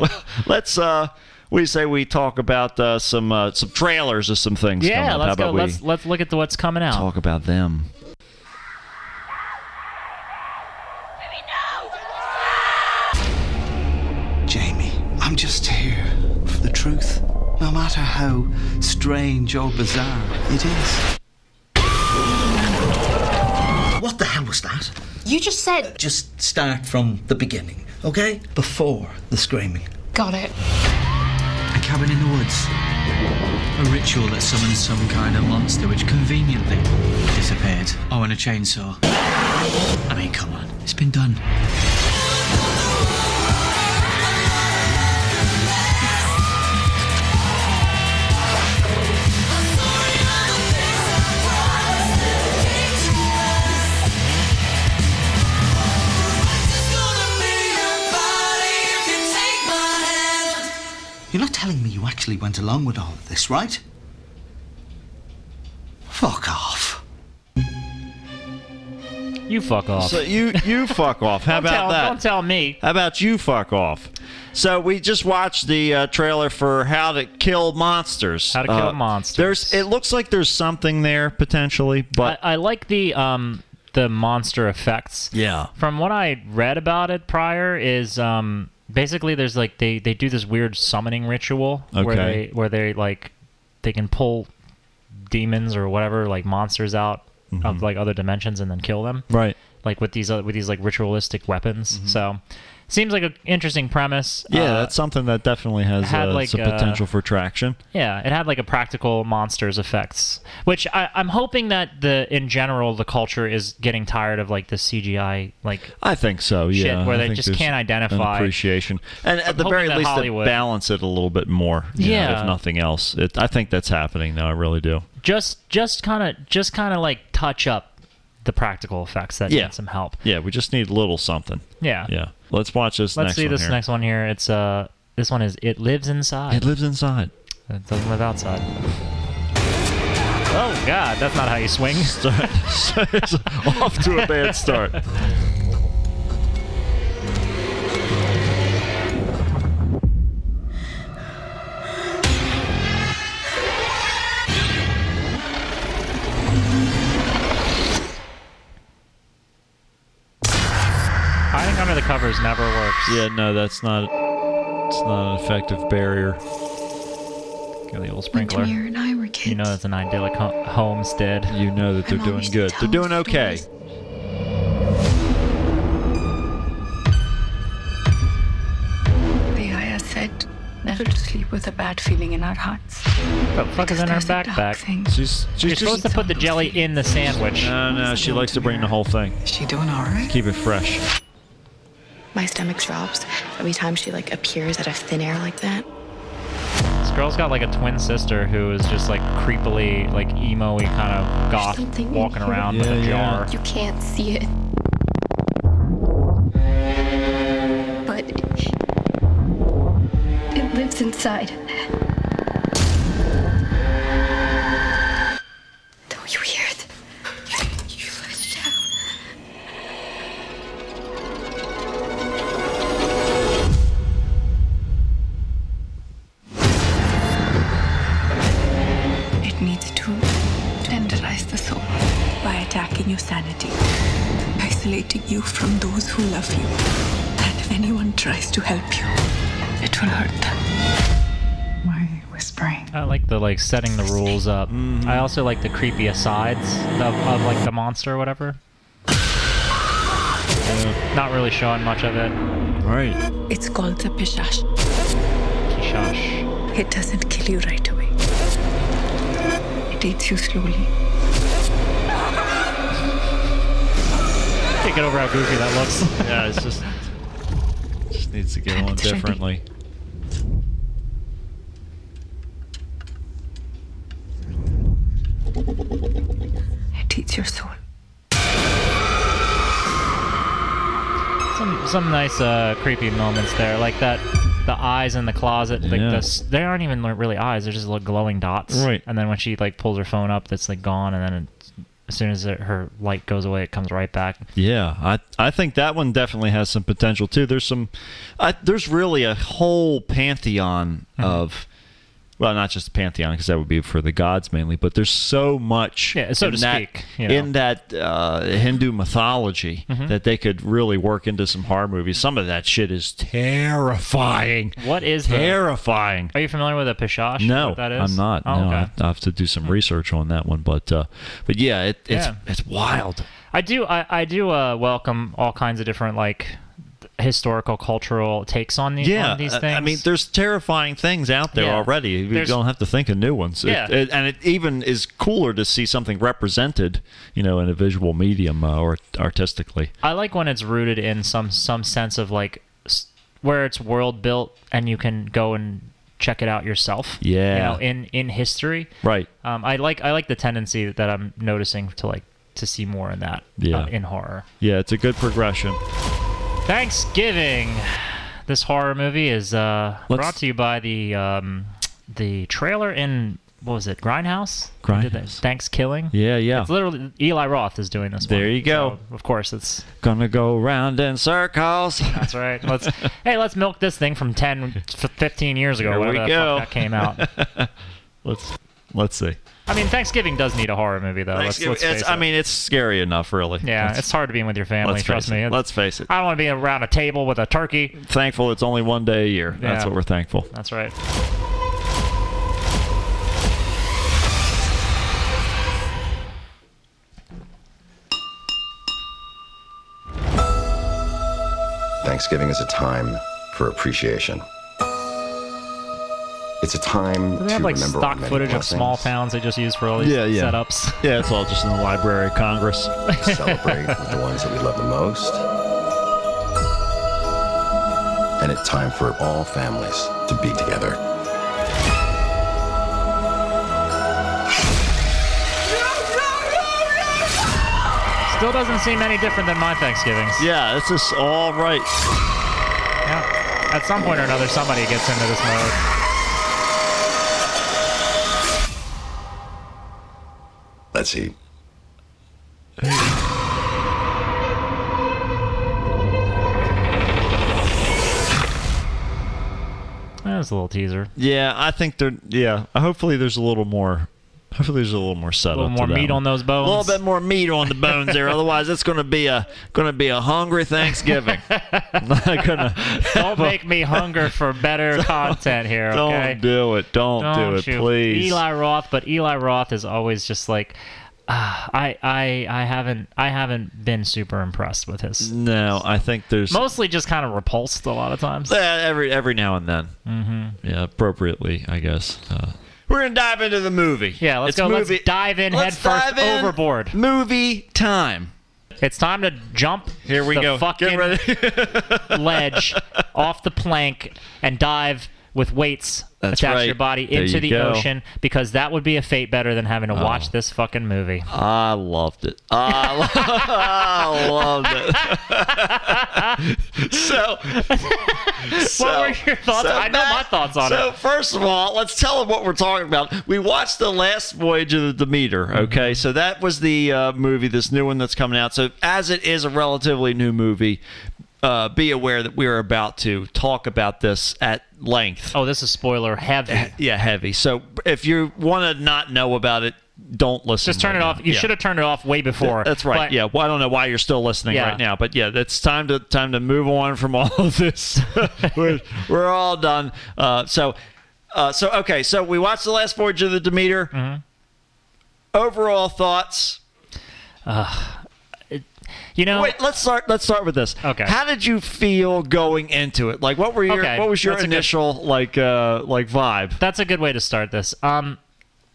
Well, let's. Uh, we say we talk about uh, some uh, some trailers of some things. coming Yeah, up. let's How go. about we Let's let's look at the, what's coming out. talk about them? Jamie, I'm just here for the truth, no matter how strange or bizarre it is. What the hell was that? You just said, Just start from the beginning, okay? Before the screaming. got it. A cabin in the woods. A ritual that summons some kind of monster which conveniently disappeared. Oh, and a chainsaw. I mean, come on. It's been done. You're not telling me you actually went along with all of this, right? Fuck off. You fuck off. So you you fuck off. How Don't about tell- that? Don't tell me. How about you fuck off? So we just watched the uh, trailer for How to Kill Monsters. How to Kill Uh, Monsters. There's. It looks like there's something there potentially, but I, I like the um the monster effects. yeah, From what I read about it prior is um basically there's like they they do this weird summoning ritual where Okay. they where they like they can pull demons or whatever like monsters out Mm-hmm. of like other dimensions and then kill them. right. Like with these other, with these like ritualistic weapons. So seems like an interesting premise. Mm-hmm. Yeah, Uh, that's something that definitely has had, uh, like, some uh, potential for traction. Yeah, it had like a practical monsters effects, which I, I'm hoping that the in general the culture is getting tired of like the CGI like I think so. shit Yeah, where I they think just there's can't identify. an appreciation, and at the hoping very that least, they Hollywood- balance it a little bit more. you know, Yeah. if nothing else, it, I think that's happening now. I really do. Just just kind of just kind of like touch up the practical effects that Yeah. need some help. Yeah, we just need a little something. Yeah. Yeah, let's watch this. Let's next see one this here. next one here. It's uh this one is it lives inside. It lives inside. it doesn't live outside. Oh god, that's not how you swing. start. So it's off to a bad start. Hiding under the covers never works. Yeah, no, that's not. It's not an effective barrier. Got the old Sprinkler. Windermere and I were kids. You know that's an idyllic ho- homestead. You know that they're My mom doing used to good. tell They're doing me okay. stories. The ayah said never to sleep with a bad feeling in our hearts. The fuck is in her There's a dark backpack? thing. She's she's You're supposed to put the jelly in the sandwich. No, no, she likes to bring the whole thing. Is she doing all right? Keep it fresh. My stomach drops every time she like appears out of thin air like that. This girl's got like a twin sister who is just like creepily, like emo-y kind of goth something in walking here. around with a Yeah, yeah. jar. You can't see it. But it lives inside. Don't you hear it? You let it out. It needs to tenderize the soul By attacking your sanity, isolating you from those who love you, and if anyone tries to help you, it will hurt them. Why are you whispering? I like the like setting the rules up. Mm-hmm. I also like the creepy asides of, of like the monster or whatever. Not really showing much of it. Right. It's called the pishash. Kishash. It doesn't kill you right away. It eats you slowly. Can't get over how goofy that looks. Yeah, it's just just needs to get on it's ready. differently. It eats your soul. some some nice uh, creepy moments there, like that. The eyes in the closet, like Yeah. this, they aren't even like, really eyes; they're just little glowing dots. Right. And then when she like pulls her phone up, that's like gone, and then it, as soon as it, her light goes away, it comes right back. Yeah, I I think that one definitely has some potential too. There's some, I, there's really a whole pantheon Mm-hmm. of, well, not just pantheon because that would be for the gods mainly, but there's so much, Yeah, so in to that, speak, you know. Mm-hmm. in that uh, Hindu mythology that they could really work into some horror movies. Some of that shit is terrifying. What is the? Terrifying. Are you familiar with a pishash? No, what that is? I'm not. Oh, no, okay. I, I have to do some research on that one, but uh, but yeah, it, it's Yeah. it's wild. I do. I, I do uh, welcome all kinds of different like th- historical cultural takes on, the, yeah, on these I- things. I mean, there's terrifying things out there Yeah. already. You There's- don't have to think of new ones. It- Yeah. it- and it even is cooler to see something represented, you know, in a visual medium uh, or artistically. I like when it's rooted in some some sense of like s- where it's world built and you can go and check it out yourself. Yeah. you know, in in history. Right. Um, I like I like the tendency that I'm noticing to like to see more in that. uh, Yeah. in horror. Yeah, it's a good progression. Thanksgiving. This horror movie is uh, Let's- brought to you by the um, the trailer in what was it Grindhouse? Who did that? Grindhouse. Thanksgiving. Yeah, yeah. It's literally Eli Roth is doing this. There one. you go. So, of course, it's Gonna go round in circles. That's right. Let's hey, let's milk this thing from 10 f- 15 years ago. Here we whenever the go. Fuck that came out. let's let's see. I mean, Thanksgiving does need a horror movie though. Let's, let's face It's- it. I mean, it's scary enough, really. yeah, Let's- it's hard to be with your family. let's trust face me. It. It's- Let's face it. I don't want to be around a table with a turkey. thankful it's only one day a year. That's Yeah. what we're thankful. That's right. Thanksgiving is a time for appreciation. It's a time Do to they have like remember stock many footage of small blessings, towns they just use for all these Yeah, yeah. setups? Yeah, it's all just in the Library of Congress. celebrate with the ones that we love the most. And it's time for all families to be together. Still doesn't seem any different than my Thanksgivings. yeah, this is all right. Yeah. At some point or another, somebody gets into this mode. Let's eat. That was Eh, a little teaser. Yeah, I think there. Yeah, hopefully there's a little more. Hopefully there's a little more A setup. little more to that meat one. on those bones. A little bit more meat on the bones there. Otherwise, it's going to be a going to be a hungry Thanksgiving. Not gonna. Don't make me hunger for better content here. Okay? Don't do it. Don't, do it, you- please. Eli Roth, but Eli Roth is always just like, ah, I, I, I haven't, I haven't been super impressed with his. No, I think there's Mostly just kind of repulsed a lot of times. Uh, every every now and then. Mm-hmm. Yeah, appropriately, I guess. Uh, we're gonna dive into the movie. Yeah, let's It's go. Let's movie- dive in Let's headfirst dive in. overboard. Movie time. It's time to jump. Here we the go. Fucking Get ready. ledge off the plank and dive with weights That's attached to right. your body There into you the go. Oh. ocean because that would be a fate better than having to watch this fucking movie. I loved it. I, lo- I loved it. so, so- what were your thoughts? so I know my back- thoughts on so it. first of all, let's tell them what we're talking about. We watched the last voyage of the Demeter. Mm-hmm. Okay, so that was the uh, movie, this new one that's coming out. So as it is a relatively new movie, uh, be aware that we are about to talk about this at length. Oh, this is spoiler heavy. Yeah, heavy. So if you want to not know about it, don't listen. Just turn right it now. off. You Yeah. should have turned it off way before. That's right. But yeah. Well, I don't know why you're still listening Yeah. right now, but yeah, it's time to time to move on from all of this. we're, we're all done. Uh, so, uh, so okay. So we watched the last voyage of the Demeter. Overall thoughts. You know, Wait, let's start. Let's start with this. Okay. How did you feel going into it? Like, what were your Okay, what was your that's a good- initial like uh like vibe? that's a good way to start this. Um,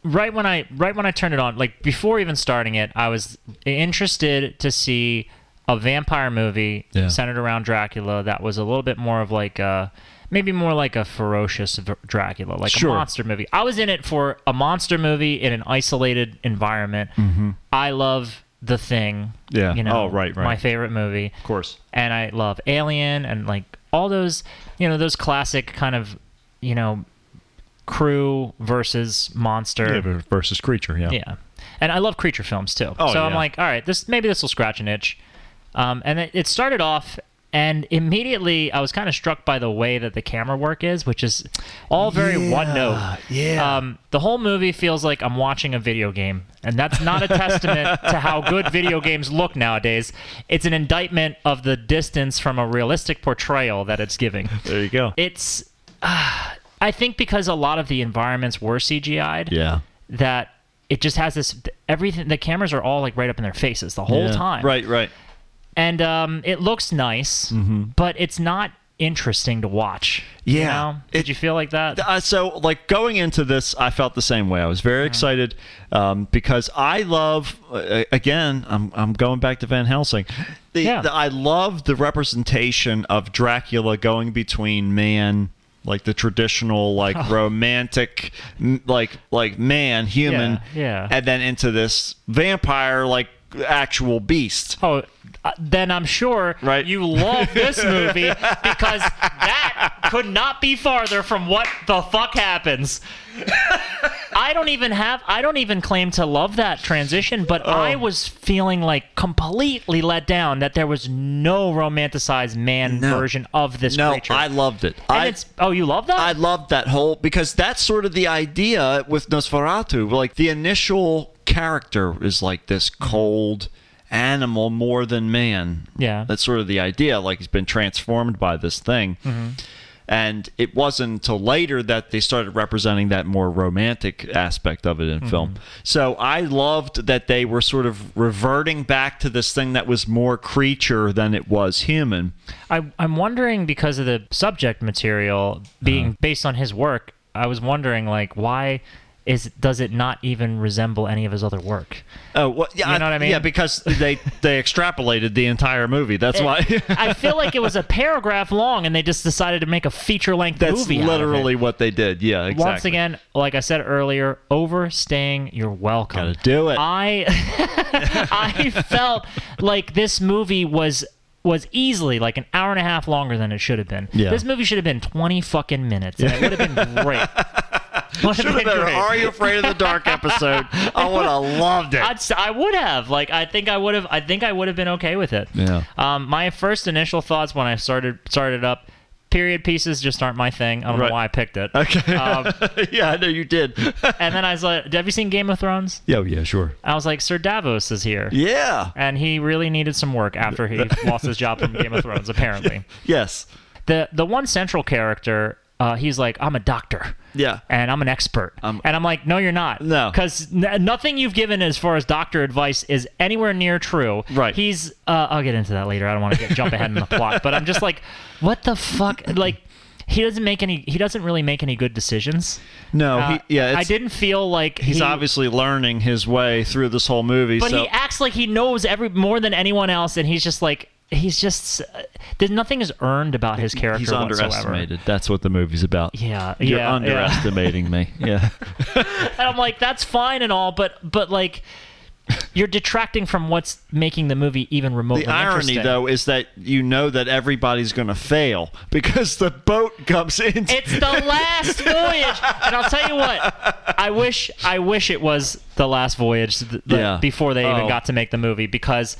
right when I right when I turned it on, like before even starting it, I was interested to see a vampire movie Yeah. centered around Dracula that was a little bit more of like a maybe more like a ferocious v- Dracula, like Sure. a monster movie. I was in it for a monster movie in an isolated environment. I love The Thing. Mm-hmm. Yeah. You know, Oh, right, right. My favorite movie. Of course. and I love Alien and like all those, you know, those classic kind of, you know, crew versus monster. versus creature. Yeah. Yeah. And I love creature films too. Oh, so I'm yeah. like, all right, this maybe this will scratch an itch. Um, and it, it started off and immediately I was kind of struck by the way that the camera work is, which is all very one note. yeah. Um, the whole movie feels like I'm watching a video game, and that's not a testament to how good video games look nowadays. It's an indictment of the distance from a realistic portrayal that it's giving. There you go. It's, uh, I think, because a lot of the environments were CGI'd yeah. that it just has this everything the cameras are all like right up in their faces the whole Yeah. time Right. Right. and um, it looks nice, but it's not interesting to watch. you Mm-hmm. Yeah. know? did It- you feel like that? uh, so like going into this i felt the same way i was very excited um, because i love uh, again I'm, I'm going back to van helsing the, Yeah. the- i love the representation of dracula going between man like the traditional like Oh. romantic m- like like man human Yeah, yeah. and then into this vampire like actual beast Oh, uh, then I'm sure Right. you love this movie because that could not be farther from what the fuck happens. I don't even have I don't even claim to love that transition, but Oh. I was feeling like completely let down that there was no romanticized man No. version of this no creature. i loved it and I, it's oh, you love that? I love that whole because that's sort of the idea with Nosferatu. Like the initial character is like this Mm-hmm. cold animal more than man. Yeah. that's sort of the idea. Like he's been transformed by this thing. Mm-hmm. And it wasn't until later that they started representing that more romantic aspect of it in film. Mm-hmm. So I loved that they were sort of reverting back to this thing that was more creature than it was human. I, I'm wondering because of the subject material being Uh-huh. based on his work. I was wondering like why is does it not even resemble any of his other work? Oh, well, yeah, You know what I mean? Yeah, because they they extrapolated the entire movie. That's Eh, why. I feel like it was a paragraph long, and they just decided to make a feature length That's movie. out of it. literally what they did. Yeah, exactly. Once again, like I said earlier, overstaying your welcome. Gotta do it. I I felt like this movie was was easily like an hour and a half longer than it should have been. Yeah. This movie should have been twenty fucking minutes. And it would have been great. Would have been great. Are you afraid of the dark episode? I would have loved it. I'd, s- I would have. Like, I think I would have. I think I would have been okay with it. Yeah. Um, my first initial thoughts when I started started up, period pieces just aren't my thing. I don't Right. know why I picked it. Okay. Um, yeah, I know you did. and then I was like, "Have you seen Game of Thrones?" yeah, yeah, sure. I was like, "Sir Davos is here." Yeah. And he really needed some work after he lost his job from Game of Thrones, apparently. Yes. The the one central character, uh, he's like, I'm a doctor. Yeah. And I'm an expert. Um, and I'm like, no, you're not. No. Because n- nothing you've given as far as doctor advice is anywhere near true. Right. He's, uh, I'll get into that later. I don't want to get, jump ahead in the plot, but I'm just like, what the fuck? Like, he doesn't make any, he doesn't really make any good decisions. No. Uh, he, yeah. I it's- didn't feel like He's he- obviously learning his way through this whole movie. but so he acts like he knows every more than anyone else, and he's just like he's just uh, there's nothing is earned about his character he's whatsoever. underestimated. That's what the movie's about. Yeah, You're yeah, yeah. underestimating me. Yeah. And I'm like, that's fine and all, but but like you're detracting from what's making the movie even remotely The irony, interesting. though, is that you know that everybody's going to fail because the boat comes in. It's the last voyage, and I'll tell you what. I wish, I wish it was the last voyage th- th- Yeah. before they even Oh. got to make the movie. Because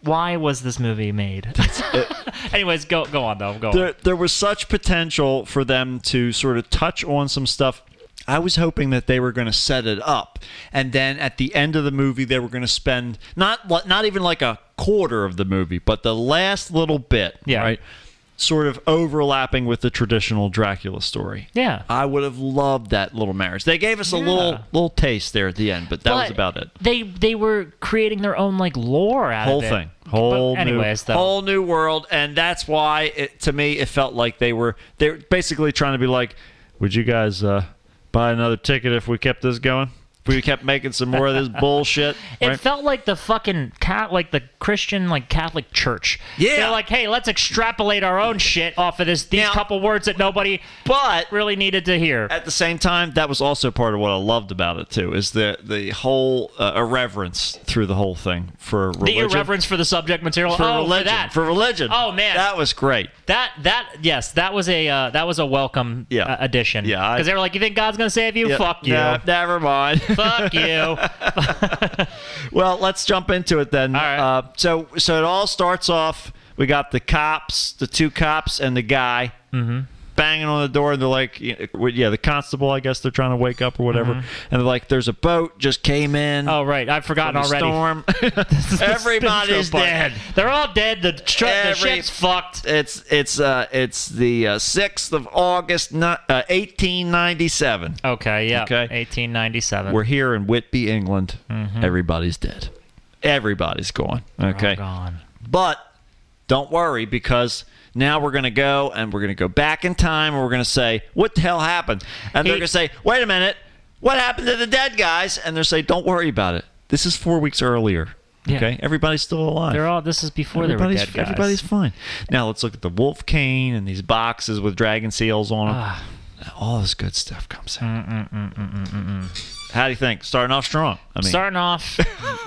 why was this movie made? Anyways, go go on though. Go on. there, there was such potential for them to sort of touch on some stuff. I was hoping that they were going to set it up, and then at the end of the movie, they were going to spend not li- not even like a quarter of the movie, but the last little bit, Yeah. right? Sort of overlapping with the traditional Dracula story. Yeah. I would have loved that little marriage. They gave us a little little taste there at the end, but that was But about it. They they were creating their own like lore out whole of it. thing whole But anyways, new, though. whole new world and that's why it, to me it felt like they were they're basically trying to be like would you guys uh, buy another ticket if we kept this going if we kept making some more of this bullshit It right? felt like the fucking cat, like the Christian, like Catholic Church. Yeah. they're like, hey, let's extrapolate our own shit off of this these Now- couple words that nobody but really needed to hear. at the same time that was also part of what i loved about it too is the the whole uh, irreverence through the whole thing for the religion irreverence for the subject material. for oh, religion for that. for religion Oh, man. that was great that that yes, that was a uh, that was a welcome Yeah. uh, addition. Yeah, I- because they were like, you think God's gonna save you? Yeah. Fuck you. Nah, never mind Fuck you. Well, let's jump into it then. All right. Uh, so, so it all starts off. We got the cops, the two cops, and the guy Mm-hmm. banging on the door, and they're like, "Yeah, the constable. I guess they're trying to wake up or whatever." And they're like, "There's a boat just came in. Mm-hmm. Oh right, I've forgotten from a already. storm. Everybody's Intro part. dead. They're all dead. The, tr- the Every- ship's fucked. It's it's uh it's the sixth of August, ni- uh, eighteen ninety seven. Okay, yeah. Okay. 1897. We're here in Whitby, England. Everybody's dead. Everybody's gone. Okay. Mm-hmm. gone. But don't worry because now we're going to go and we're going to go back in time and we're going to say, what the hell happened? And they're He- going to say, wait a minute, what happened to the dead guys? And they're saying, don't worry about it. This is four weeks earlier. Yeah. Okay, everybody's still alive. They're all. This is before they were everybody's, dead guys. everybody's fine. Now let's look at the wolf cane and these boxes with dragon seals on them. Ah. all this good stuff comes Mm, out. How do you think? Starting off strong. I mean, starting off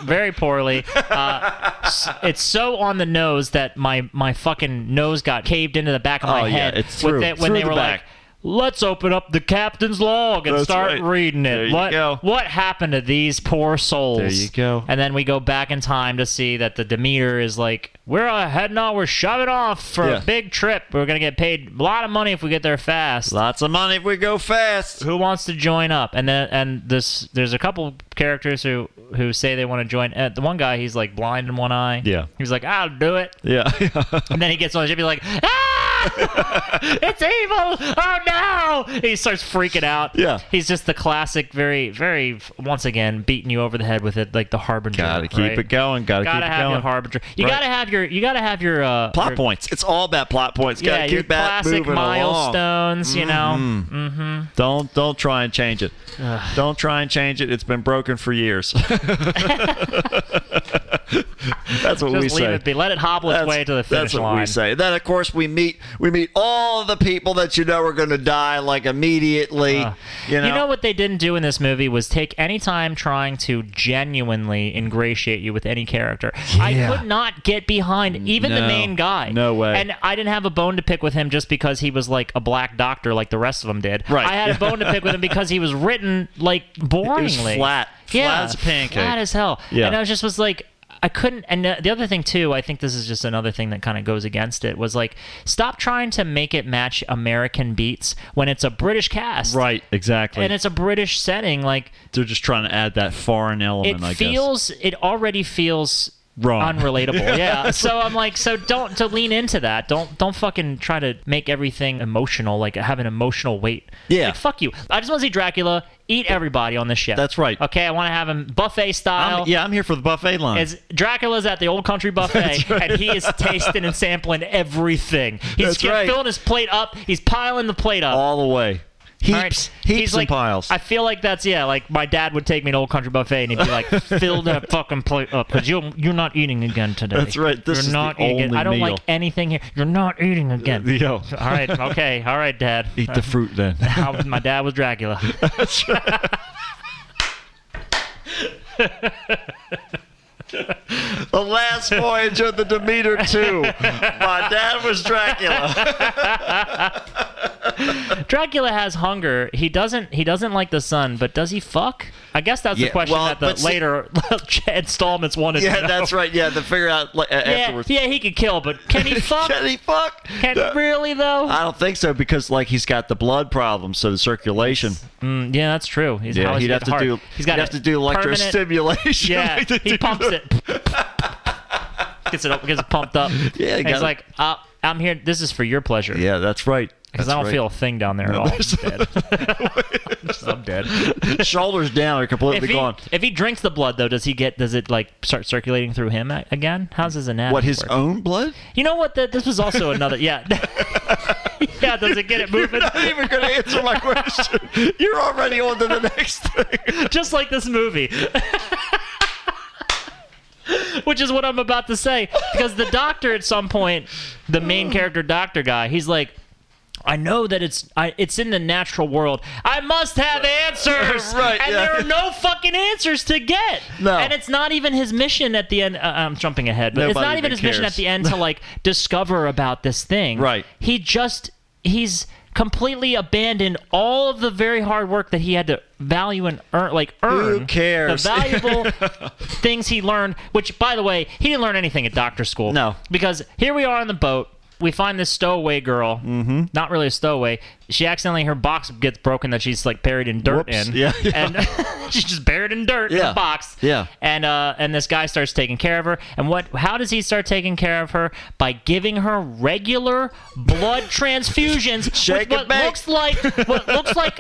very poorly. Uh, s- it's so on the nose that my my fucking nose got caved into the back of my Oh, yeah, head it's with through- it- when through they the were back. like. Let's open up the captain's log and That's start right. reading it. There you what go. what happened to these poor souls? There you go. And then we go back in time to see that the Demeter is like, we're uh, heading on, we're shoving off for Yeah. a big trip. We're gonna get paid a lot of money if we get there fast lots of money if we go fast. who wants to join up and then and this there's a couple characters who who say they want to join uh, the one guy he's like blind in one eye Yeah. he's like i'll do it Yeah. and then he gets on the ship he's like ah it's evil oh no he starts freaking out Yeah. he's just the classic very very once again beating you over the head with it like the harbinger gotta keep right? it going. Gotta, gotta keep it have going. your harbinger you Right. gotta have your you gotta have your uh plot your- points. It's all about plot points. yeah, gotta your keep that classic moving along. Mm-hmm. milestones, you know. Don't don't try and change it. don't try and change it. It's been broken for years. That's what we Just say. leave it be. Let it hobble its way to the finish that's what line. we say. Then of course we meet we meet all the people that you know are going to die like immediately. Uh. you, know? what they didn't do in this movie was take any time trying to genuinely ingratiate you with any character. I Yeah. could not get behind even the No. main guy. No way. And I didn't have a bone to pick with him just because he was like a black doctor, like the rest of them did. Right. I had a bone to pick with him because he was written like boringly, flat. Flat yeah, as a pancake. flat as hell. Yeah. And I was just was like. I couldn't, and uh, the the other thing too. I think this is just another thing that kind of goes against it. Was like, stop trying to make it match American beats when it's a British cast Right, exactly. and it's a British setting. Like They're just trying to add that foreign element. it I feels, it already feels Wrong. unrelatable. yeah. So I'm like, so don't to lean into that. Don't don't fucking try to make everything emotional. Like have an emotional weight. Yeah. Like, fuck you. I just want to see Dracula eat everybody on this ship. That's right. Okay. I want to have him buffet guess. style. I'm, yeah, I'm here for the buffet line. As Dracula's at the old country buffet, and he is tasting and sampling everything. He's That's right. filling his plate up. He's piling the plate up. all the way. Heaps, All right. heaps He's and like, piles. I feel like that's yeah. Like my dad would take me to Old Country Buffet and he'd be like, "Fill that fucking plate up because you're you're not eating again today. That's right. This you're is not the eating. only I don't meal." like anything here. You're not eating again. Yo. all right. Okay. All right, Dad. Eat the fruit then. How- my dad was Dracula. the last voyage of the Demeter 2. My dad was Dracula. Dracula has hunger. He doesn't. He doesn't like the sun, but does he fuck? I guess that's Yeah, the question well, that the but see- later installments wanted. to yeah, know. that's right. Yeah, to figure out like, uh, Yeah, afterwards. yeah, he could kill, but can he fuck? Can he fuck? Can No. really though? I don't think so because like he's got the blood problem, so the circulation. Mm, yeah, that's true. He's Yeah, how is he'd he have to hard? do. He's got he'd a have to do permanent- electrostimulation. Yeah, Like they he do- pumps it. gets it up, gets it pumped up. Yeah, And he's gotta- like, uh, I'm here. This is for your pleasure. Yeah, that's right. because I don't feel a thing down there at all. I'm dead. I'm dead. feel shoulders down are If completely he, gone. if he drinks the blood though, does he get? Does it like start circulating through him a- again? How's his anatomy? What his work? own blood? You know what? That this was also another. Yeah. yeah. Does it get it moving? Not even going to answer my question. You're already on to the next thing. just like this movie. Which is what I'm about to say. Because the doctor at some point, the Oh. main character doctor guy, he's like, I know that it's I, it's in the natural world. I must have answers, Right, and yeah. there are no fucking answers to get. No. and it's not even his mission at the end. Uh, I'm jumping ahead, but it's Nobody not even even his mission cares. at the end to like discover about this thing. Right. He just he's completely abandoned all of the very hard work that he had to value and earn like earn cares? the valuable things he learned which by the way he didn't learn anything at doctor school No. because here we are on the boat we find this stowaway girl mm-hmm. not really a stowaway she accidentally her box gets broken that she's like buried in dirt Whoops. in Yeah, yeah. and She's just buried in dirt in Yeah. a box. Yeah. And uh, and this guy starts taking care of her. And what? How does he start taking care of her? By giving her regular blood transfusions Shake with what and bake. looks like what looks like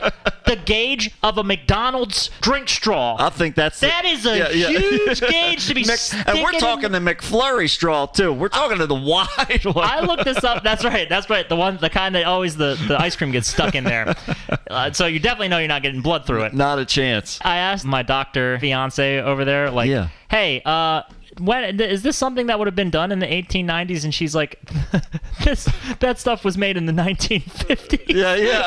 the gauge of a McDonald's drink straw. I think that's That is a Yeah, yeah. huge gauge to be Mc- and we're sticking talking in- the McFlurry straw too. We're talking to the wide one. I looked this up. That's right. That's right. The one, the kind that always the, the ice cream gets stuck in there. Uh, so you definitely know you're not getting blood through it. Not a chance. I asked my doctor fiance over there, like, Yeah. hey, uh, when is this something that would have been done in the 1890s? And she's like, this that stuff was made in the 1950s. Yeah, uh, yeah.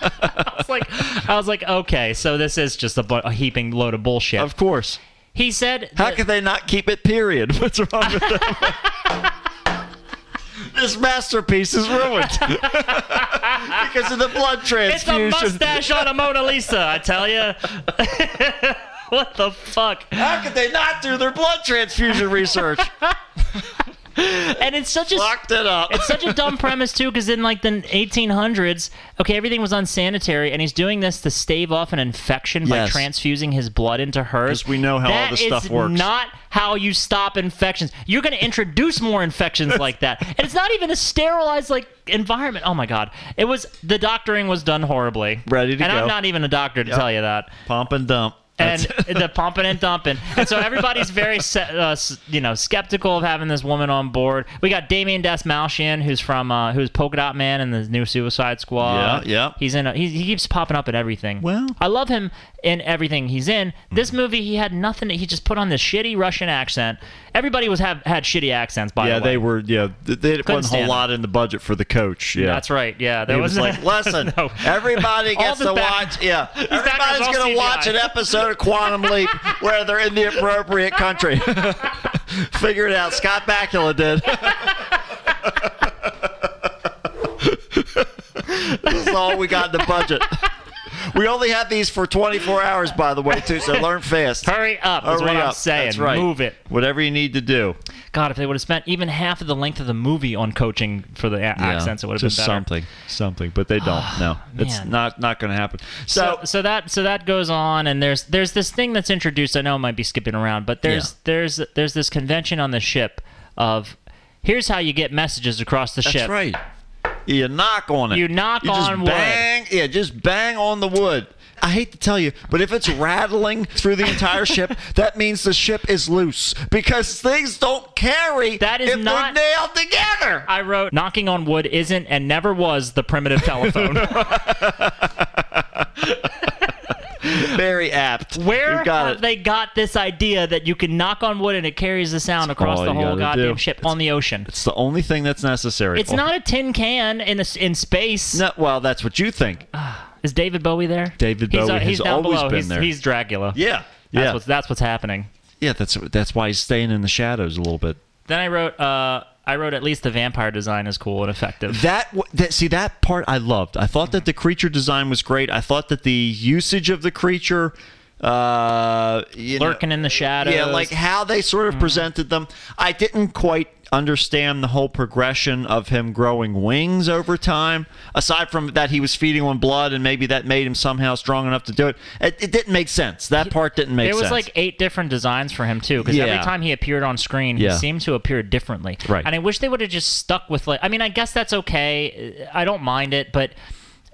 I was like, I was like, okay, so this is just a, bu- a heaping load of bullshit. of course. he said, How that- could they not keep it? Period. What's wrong with them? this masterpiece is ruined because of the blood It's a transfusion. mustache on a Mona Lisa, I tell you. what the fuck? How could they not do their blood transfusion research? And it's such a Locked it up. it's such a dumb premise too, because in like the 1800s, okay, everything was unsanitary, and he's doing this to stave off an infection by Yes. transfusing his blood into hers. 'Cause we know how all That this is stuff works. Not how you stop infections. You're going to introduce more infections like that, and it's not even a sterilized like environment. Oh my god, it was the doctoring was done horribly. Ready to and go. I'm not even a doctor to tell you that Pump and dump. and That's- the pumping and dumping. And so everybody's very, se- uh, s- you know, skeptical of having this woman on board. We got Damien Desmalchian, who's from, uh, who's Polka Dot Man in the new Suicide Squad. Yeah, yeah. He's in. A, he, he keeps popping up in everything. Well- Mm-hmm. I love him in everything he's in. This movie, he had nothing. He just put on this shitty Russian accent. Everybody was have had shitty accents. By yeah, the way, they were. Yeah, th- there wasn't a whole stand lot in the budget for the coach. Yeah, That's right. Yeah, there He was like, "Listen, no. everybody All gets the to back- watch. Yeah, background's everybody's all going to CGI. watch an episode of Quantum Leap where they're in the appropriate country. Figure it out. Scott Bakula did. this is all we got in the budget. We only have these for 24 hours, by the way, too. So learn fast. Hurry up! Is Hurry what I'm up. saying. That's right. Move it. Whatever you need to do. God, if they would have spent even half of the length of the movie on coaching for the a- accents, it would have been Just better. something, something. But they don't. no, it's man. not not going to happen. So, So, so that so that goes on, and there's there's this thing that's introduced. I know I might be skipping around, but there's Yeah. there's there's this convention on the ship of here's how you get messages across the that's ship. right. You knock on it. You knock you just on wood. bang, Yeah, just bang on the wood. I hate to tell you, but if it's rattling through the entire ship, that means the ship is loose because things don't carry That is if not- they're nailed together. I wrote knocking on wood isn't and never was the primitive telephone. Very apt. Where you got have it. they got this idea that you can knock on wood and it carries the sound across all the you whole gotta goddamn do. ship on the ocean? It's the only thing that's necessary. It's not a tin can in a s in space. No, well, that's what you think. Is David Bowie there? David he's, uh, Bowie he's has down always below. been he's, there. He's Dracula. Yeah. That's yeah. what's that's what's happening. Yeah, that's that's why he's staying in the shadows a little bit. Then I wrote uh I wrote at least the vampire design is cool and effective. That w- that see that part I loved. I thought that the creature design was great. I thought that the usage of the creature, uh, you know- Lurking Mm-hmm. in the shadows. yeah, like how they sort of presented them. I didn't quite understand the whole progression of him growing wings over time. Aside from that, he was feeding on blood, and maybe that made him somehow strong enough to do it. It, it didn't make sense. That part didn't make There was sense. like eight different designs for him too, because Yeah. every time he appeared on screen, Yeah. he seemed to appear differently. Right. And I wish they would have just stuck with like. I mean, I guess that's okay. I don't mind it, but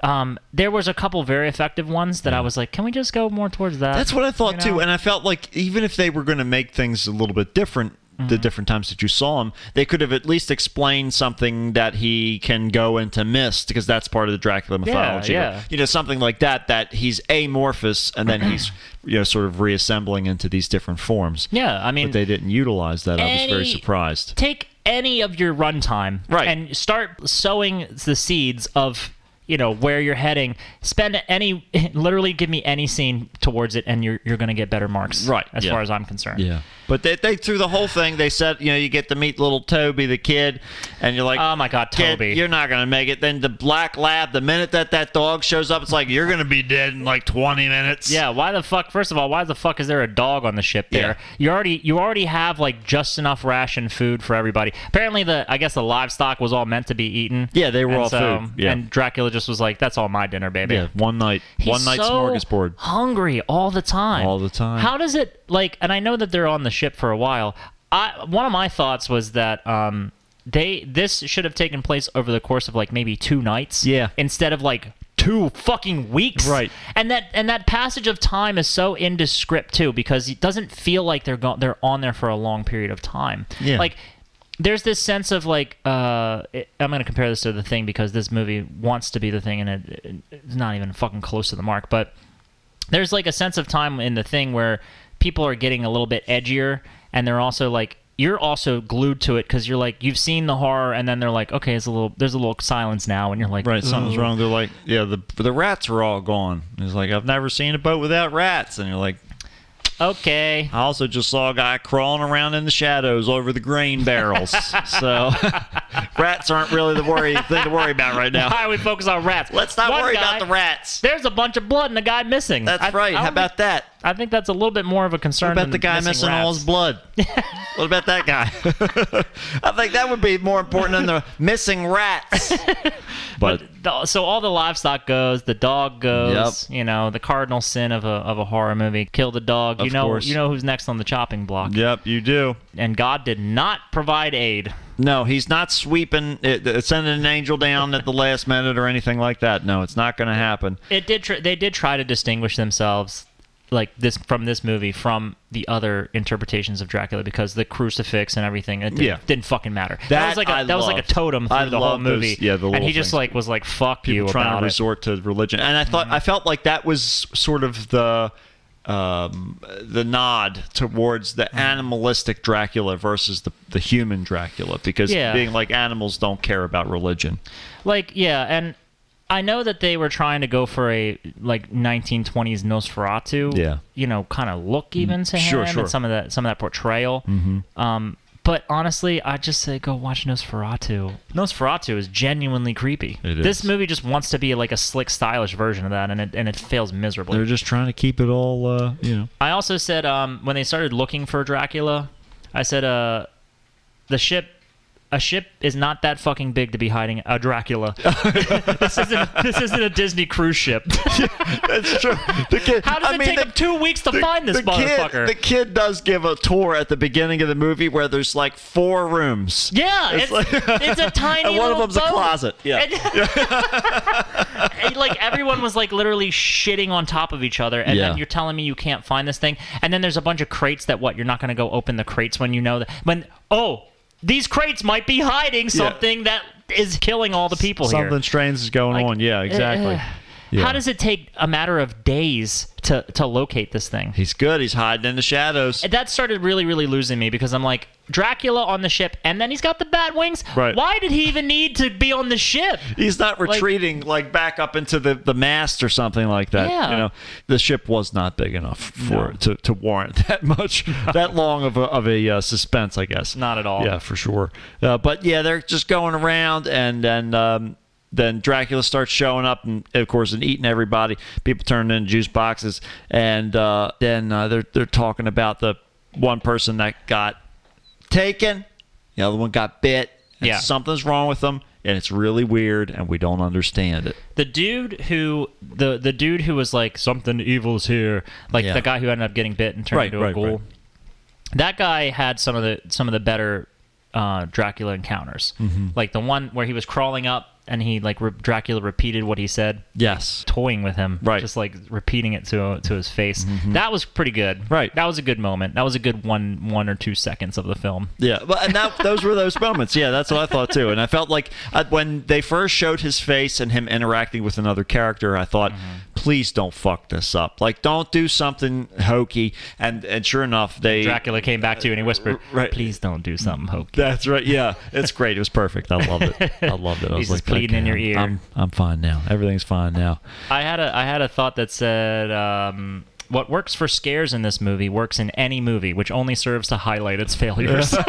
um, there was a couple very effective ones that I was like, can we just go more towards that? That's what I thought You know? too, and I felt like even if they were going to make things a little bit different, the Mm-hmm. different times that you saw him, they could have at least explained something that he can go into mist because that's part of the Dracula mythology. yeah. You know, something like that that he's amorphous and then he's you know sort of reassembling into these different forms. Yeah, I mean, But they didn't utilize that. I was very any- surprised. Take any of your runtime, Right. and start sowing the seeds of you know where you're heading. Spend any, literally, give me any scene towards it, and you're you're gonna get better marks, Right, As yeah. far as I'm concerned, Yeah. But they, they threw the whole thing. They said, you know, you get to meet little Toby, the kid, and you're like, Oh my God, "Kid, Toby." you're not going to make it. Then the black lab, the minute that that dog shows up, it's like, you're going to be dead in like 20 minutes. Yeah, why the fuck? First of all, why the fuck is there a dog on the ship there? Yeah. You already you already have like just enough ration food for everybody. Apparently, the I guess the livestock was all meant to be eaten. Yeah, they were And all so- food, yeah. and Dracula just just was like, "That's all my dinner, baby." Yeah, one night, He's one night so smorgasbord. Hungry all the time. All the time. How does it like? And I know that they're on the ship for a while. I one of my thoughts was that um they this should have taken place over the course of like maybe two nights. Yeah. Instead of like two fucking weeks. Right. And that and that passage of time is so indescript too because it doesn't feel like they're go- they're on there for a long period of time. Yeah. Like there's this sense of like uh, it- I'm gonna compare this to the thing because this movie wants to be the thing and it, it's not even fucking close to the mark. But there's like a sense of time in the thing where people are getting a little bit edgier and they're also like you're also glued to it because you're like you've seen the horror and then they're like okay it's a little there's a little silence now and you're like Right, something's wrong. They're like, yeah, the the rats are all gone. And It's like I've never seen a boat without rats, and you're like, okay I also just saw a guy crawling around in the shadows over the grain barrels. so rats aren't really the worry thing to worry about right Why now. are we focus on rats? Let's not One worry guy- about the rats. There's a bunch of blood and a guy missing. That's I- right. I How don't about that? think- I think that's a little bit more of a concern. What about than the guy missing, all rats. his blood? what about that guy? I think that would be more important than the missing rats. But The- so all the livestock goes, the dog goes. You know, the cardinal sin of a of a horror movie: kill the dog. you Of know, course. you know who's next on the chopping block. yep, you do. And God did not provide aid. No, he's not sweeping, it, it- sending an angel down at the last minute or anything like that. No, it's not going to happen. It did. Tr- they did try to distinguish themselves, like this from this movie from the other interpretations of Dracula because the crucifix and everything. It didn't, Yeah. didn't fucking matter. That, That was like a, I that was like a loved. totem through I the whole loved those- movie. yeah, the and little he just things. like was like fuck you People trying about to it. resort to religion, and I thought I felt like that was sort of the um, the nod towards the animalistic Dracula versus the the human Dracula, because Yeah. being like animals don't care about religion. Like yeah, and I know that they were trying to go for a like 1920s Nosferatu. Yeah. Mm, you know, kind of look even to Sure, him sure. Mm-hmm. and some of that some of that portrayal. Um, but honestly, I just say go watch Nosferatu. Nosferatu is genuinely creepy. It is. This movie just wants to be like a slick, stylish version of that, and it and it fails miserably. They're just trying to keep it all, uh, you know. I also said um, when they started looking for Dracula, I said uh, the ship. A ship is not that fucking big to be hiding a Dracula. this isn't this isn't a Disney cruise ship. That's true. The kid, How does I it mean, take the- them two weeks to find this motherfucker? Kid, the kid does give a tour at the beginning of the movie where there's like four rooms. yeah, it's, It's it's, like- a tiny. and one of little them's a boat. closet. Yeah. And, like everyone was like literally shitting on top of each other, and Yeah. then you're telling me you can't find this thing, and then there's a bunch of crates that what you're not going to go open the crates when you know that when oh these crates might be hiding something that is killing all the people here. Something strange is going Like, on. Yeah, exactly. uh, Yeah. How does it take a matter of days to to locate this thing? He's good. He's hiding in the shadows. That started really, really losing me because I'm like Dracula on the ship, and then he's got the bat wings. Right. Why did he even need to be on the ship? He's not retreating like, back up into the, the mast or something like that. Yeah. You know, the ship was not big enough for to, to warrant that much, that long of a, of a uh, suspense, I guess. Not at all. Yeah, for sure. Uh, but yeah, they're just going around, and then um, then Dracula starts showing up, and of course, and eating everybody. People turn into juice boxes, and uh, then uh, they're they're talking about the one person that got taken, the other one got bit. and Yeah. something's wrong with them, and it's really weird, and we don't understand it. The dude who the the dude who was like something evil's here, like Yeah. the guy who ended up getting bit and turned Right, into a right, ghoul. right. That guy had some of the some of the better uh, Dracula encounters, Mm-hmm. like the one where he was crawling up and he like re- Dracula repeated what he said. Yes. toying with him, Right. Mm-hmm. Just like repeating it to to his face. That was pretty good, Right. That was a good moment. That was a good one one or two seconds of the film. Yeah, well, and that, those were those moments. Yeah, that's what I thought too. And I felt like uh, when they first showed his face and him interacting with another character, I thought, Mm-hmm. please don't fuck this up. Like, don't do something hokey. And and sure enough, they. Dracula came back to you and he whispered, r- right. "Please don't do something hokey." That's right. Yeah, it's great. It was perfect. I loved it. I loved it. I was He's like, just pleading in your "Okay, ear." I'm, I'm fine now. Everything's fine now. I had a I had a thought that said. Um, what works for scares in this movie works in any movie, which only serves to highlight its failures.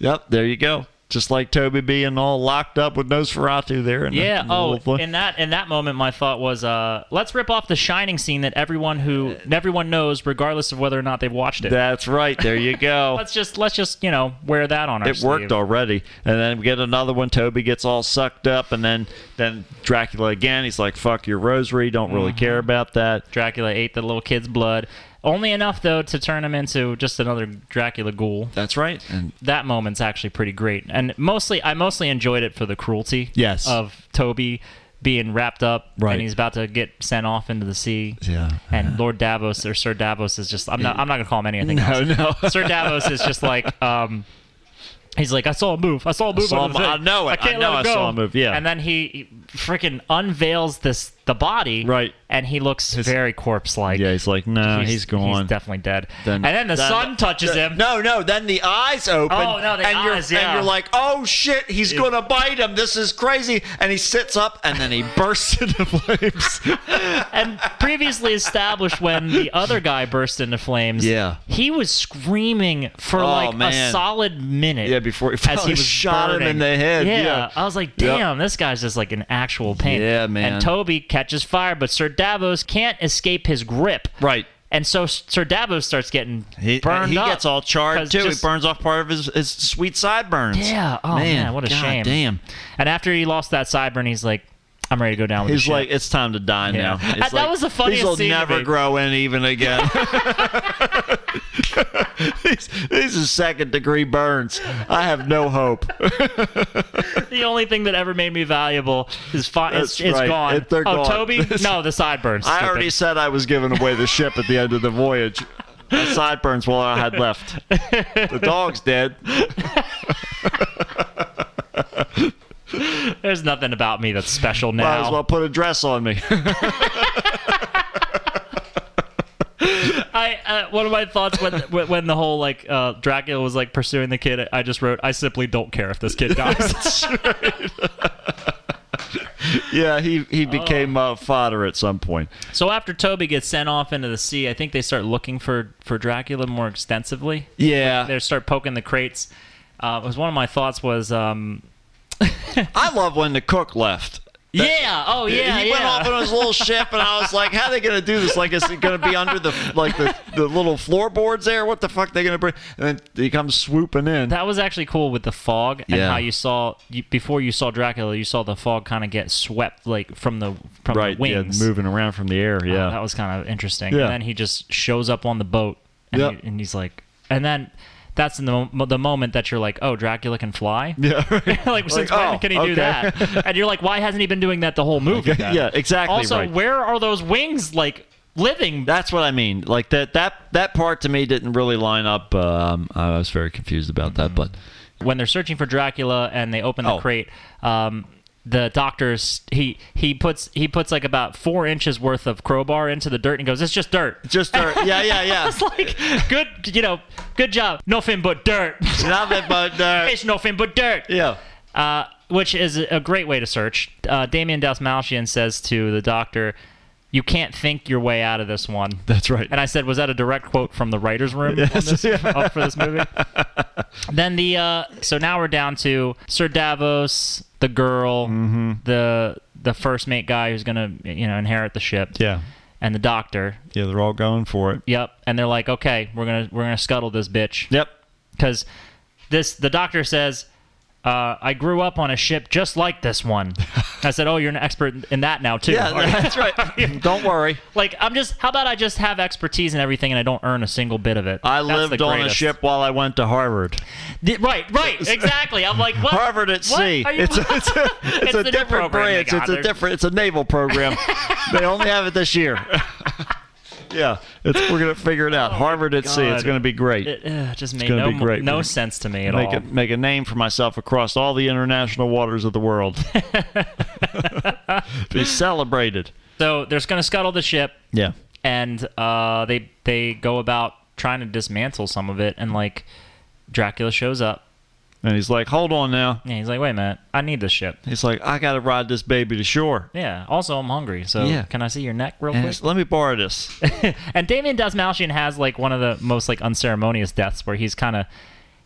Yep. There you go. Just like Toby being all locked up with Nosferatu there. In the- Yeah. in the Oh, little thing. in that in that moment, my thought was, uh, let's rip off the Shining scene that everyone who everyone knows, regardless of whether or not they've watched it. That's right. There you go. let's just let's just you know wear that on our. it worked sleeve. already. And then we get another one. Toby gets all sucked up, and then then Dracula again. He's like, "Fuck your rosary. Don't really Mm-hmm. care about that." Dracula ate the little kid's blood. Only enough though to turn him into just another Dracula ghoul. That's right. And That moment's actually pretty great, and mostly I mostly enjoyed it for the cruelty. Yes. Of Toby being wrapped up, Right. And he's about to get sent off into the sea. Yeah. And Lord Davos or Sir Davos is just I'm not I'm not gonna call him anything. no, no. Sir Davos is just like, um, he's like, I saw a move. I saw a move. saw on the him- thing. I know it. can't I know let it go." I saw a move, yeah. And then he freaking unveils this the body. Right. And he looks very corpse like. yeah, he's like, "No, he's, gone." He's definitely dead. Then- and then the sun touches the- him. No, no. Then the eyes open. Oh, no, the and you're, eyes, And yeah. you're like, oh shit, he's gonna bite him. This is crazy. And he sits up, and then he bursts into flames. and previously established when the other guy burst into flames. Yeah. He was screaming for Oh, like man. a solid minute. Yeah, before he finally shot him in the head, yeah. I was like, Yep. damn, this guy's just like an actual pain. Yeah, man. And Toby catches fire, but Sir Davos can't escape his grip. Right. And so Sir Davos starts getting He, uh, burned he up. gets all 'Cause charred too. just- he burns off part of his, his sweet sideburns. Yeah. Oh man, what a God shame. Damn. And after he lost that sideburn, he's like, I'm ready to go down with He's the ship. like, it's time to die now. Yeah. It's That like, was the funniest These will scene to never me. grow in even again. these, these are second degree burns. I have no hope. the only thing that ever made me valuable is fi- That's it's, it's right. gone. It- they're oh, gone. Toby? No, the sideburns. I Stupid. already said I was giving away the ship at the end of the voyage. The sideburns, well, I had left. The dog's dead. There's nothing about me that's special Might now. as well put a dress on me. I uh, one of my thoughts when when when the whole like uh, Dracula was like pursuing the kid, I just wrote, I simply don't care if this kid dies. yeah, he, he Oh. became uh, fodder at some point. so after Toby gets sent off into the sea, I think they start looking for for Dracula more extensively. Yeah. They start poking the crates. Uh, it was one of my thoughts was, um, I love when the cook left. yeah, oh yeah, he yeah. went off on his little ship, and I was like, "How are they gonna do this? Like, is it gonna be under the like the, the little floorboards there? What the fuck they gonna bring?" And then he comes swooping in. That was actually cool with the fog and Yeah. how you saw you, before you saw Dracula, you saw the fog kind of get swept like from the from right, the wings. Oh, yeah, moving around from the air. Yeah, that was kind of interesting. Yeah. And then he just shows up on the boat, and, Yep. he- and he's like, and then that's in the mo- the moment that you're like, oh, Dracula can fly. yeah, right. like since when oh, can he do okay. that? And you're like, why hasn't he been doing that the whole movie? Okay, then? yeah, exactly Also, right. where are those wings like living? That's what I mean. Like that that that part to me didn't really line up. Um, I was very confused about that, but when they're searching for Dracula and they open the Oh. crate, um, the doctor's he he puts he puts like about four inches worth of crowbar into the dirt and goes, "It's just dirt." just dirt. yeah, yeah, yeah. It's like good, you know, good job. Nothing but dirt. Nothing but dirt. it's nothing but dirt. uh, Yeah. Uh, which is a great way to search. Uh, Damien Dalsmalchian says to the doctor, "You can't think your way out of this one." That's right. And I said, "Was that a direct quote from the writers' room on this, uh, for this movie?" then the uh, so now we're down to Sir Davos, the girl, Mm-hmm. the the first mate guy who's gonna you know inherit the ship, Yeah, and the doctor. yeah. They're all going for it. Yep. And they're like, "Okay, we're gonna we're gonna scuttle this bitch." Yep. because this the doctor says uh, I grew up on a ship just like this one. I said, "Oh, you're an expert in that now too." Yeah, Are you- that's right. Don't worry. like I'm just. How about I just have expertise in everything and I don't earn a single bit of it? I That's the lived on a greatest. ship while I went to Harvard. Th- right, right, exactly. I'm like what? Harvard at what sea. are you- it's a, it's a, it's It's a the new different program they branch. got. It's a They're- different. It's a naval program. they only have it this year. yeah, it's, we're gonna figure it out. Harvard at sea. It's Oh God. gonna be great. It uh, just made gonna no, be great. no We're- sense to me at make all. a, make a name for myself across all the international waters of the world. be celebrated. so they're just gonna scuttle the ship. Yeah. and uh, they they go about trying to dismantle some of it, and like Dracula shows up. And he's like, hold on now. Yeah, he's like, "Wait a minute, I need this ship." He's like, I gotta ride this baby to shore. Yeah. Also, I'm hungry, so Yeah. can I see your neck real And quick? he's, let me borrow this. And Damien Dasmalchian has like one of the most like unceremonious deaths, where he's kind of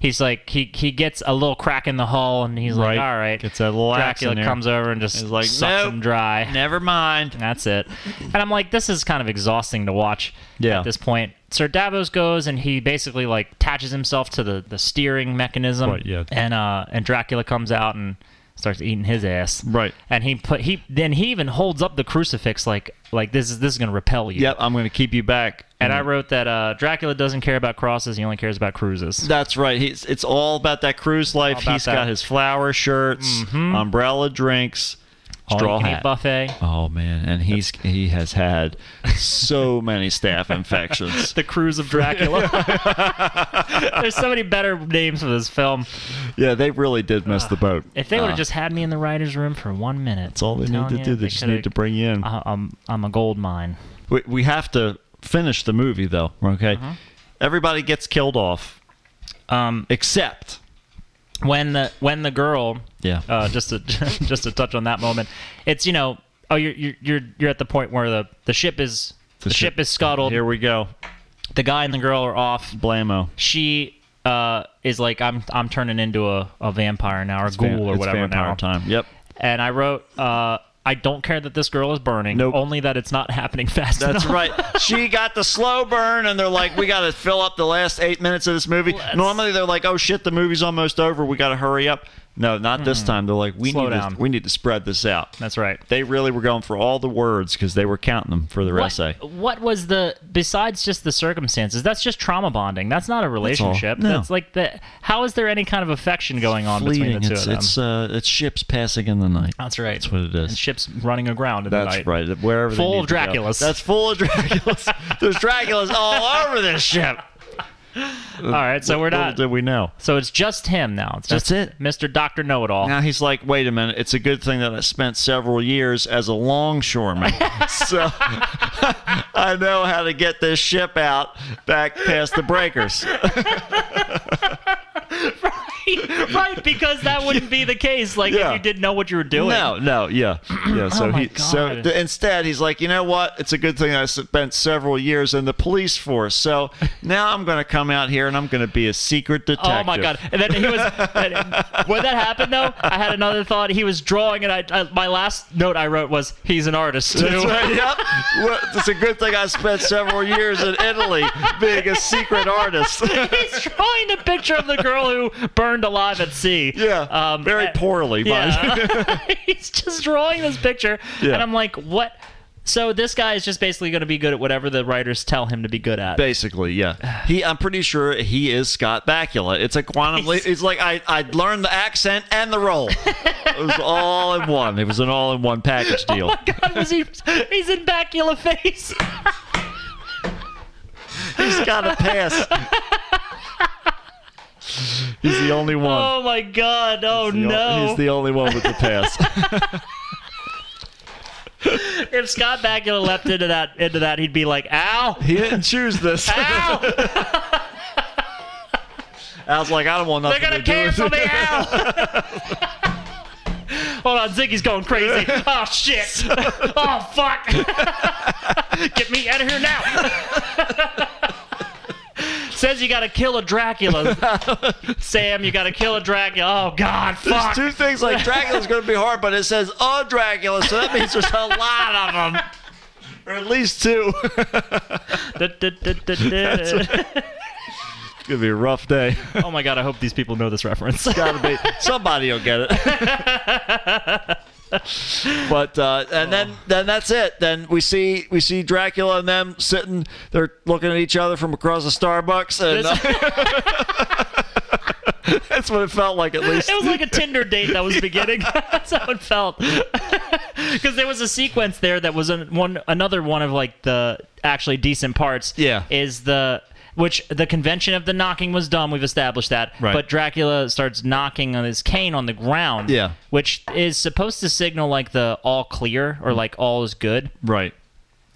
he's like he he gets a little crack in the hull, and he's Right. like, all right, Gets that little axe in Dracula there. comes over and just He's like like, sucks "Nope." him dry. Never mind. That's it. And I'm like, this is kind of exhausting to watch Yeah. at this point. Sir Davos goes and he basically like attaches himself to the, the steering mechanism. Right, yeah. And uh and Dracula comes out and starts eating his ass. Right. And he put he then he even holds up the crucifix like like this is this is gonna repel you. Yep, I'm going to keep you back. And I wrote that uh, Dracula doesn't care about crosses, he only cares about cruises. That's right. He's it's all about Mm-hmm. that cruise life. All He's about that. got his flower shirts, umbrella drinks, All straw you can eat hat. buffet. Oh man, and he's he has had so many staph infections. The cruise of Dracula. There's so many better names for this film. Yeah, they really did miss the boat. If they would have Uh, just had me in the writer's room for one minute, that's all they need to do. They Uh-huh. just need to bring you in. I, I'm, I'm a gold mine. We, we have to finish the movie though. Okay, everybody gets killed off, Um, except when the when the girl, Yeah. uh, just to just to touch on that moment, it's you know, oh you're you're you're, you're at the point where the the ship is the, ship, is scuttled. Here we go, The guy and the girl are off. blammo. She uh, is like, I'm I'm turning into a, a vampire now or a ghoul Van- or it's whatever vampire now. time. Yep. And I wrote. Uh, I don't care that this girl is burning. Nope. Only that it's not happening fast That's enough. right. She got the slow burn, and they're like, we got to fill up the last eight minutes of this movie. Normally, they're like, oh shit, the movie's almost over. We got to hurry up. No, not this time. They're like, we Slow need down. to, we need to spread this out. That's right. They really were going for all the words because they were counting them for their essay. what was the besides just the circumstances? That's just trauma bonding. That's not a all. relationship. That's, No. like the how is there any kind of affection going on between the two It's of them? it's, uh, it's ships passing in the night. that's right. That's what it is. And ships running aground. In That's the night. right. Wherever Full they of need to go. Draculas. That's full of Draculas. There's Draculas all over this ship. All right, so we're not. Little did we know. So it's just him now. It's just That's it. Mr. Doctor Know It All. Now he's like, wait a minute, it's a good thing that I spent several years as a longshoreman. so I know how to get this ship out back past the breakers. right, because that wouldn't be the case. Like Yeah. if you didn't know what you were doing. No, no, yeah. Yeah, so Oh my he so God. th- instead he's like, you know what? It's a good thing I spent several years in the police force. So now I'm going to come out here and I'm going to be a secret detective. Oh my god! And then he was and when that happened though. I had another thought. He was drawing, and I, I my last note I wrote was, "He's an artist too." That's right. Yep. Well, it's a good thing I spent several years in Italy being a secret artist. He's drawing a picture of the girl who burned alive at sea. Um, Yeah. very and- poorly, mind you. Yeah. He's just drawing this picture. Yeah. And I'm like, what? So this guy is just basically going to be good at whatever the writers tell him to be good at. Basically, yeah. He, I'm pretty sure he is Scott Bakula. It's a quantum leap. It's like I, I learned the accent and the role. it was all in one. It was an all in one package deal. Oh God, was he, he's in Bacula face. Um, He's got a pass. He's the only one. Oh my God. Oh The o- no. He's the only one with the pass. if Scott Bakula leapt into that, into that, he'd be like, ow. he didn't choose this. Ow! I was like, I don't want They're nothing gonna to do with cancel it. me out. Hold on, Ziggy's going crazy. Oh shit! Oh fuck! Get me out of here now! Says you gotta kill a Dracula. Sam, you gotta kill a Dracula. Oh god, fuck! There's two things like Dracula's going to be hard, but it says a Dracula, so that means there's a lot of them. Or at least two. Da- da- da- da- da. It's going to be a rough day. Oh my god, I hope these people know this reference. gotta be somebody will get it but uh, and then then that's it then we see we see dracula and them sitting they're looking at each other from across the starbucks and uh, that's what it felt like at least It was like a Tinder date that was beginning. That's how it felt. Because there was a sequence there that was an, one another one of like the actually decent parts. Yeah. is the which the convention of the knocking was dumb. We've established that. Right. But Dracula starts knocking on his cane on the ground. Yeah. which is supposed to signal like the all clear or like all is good. right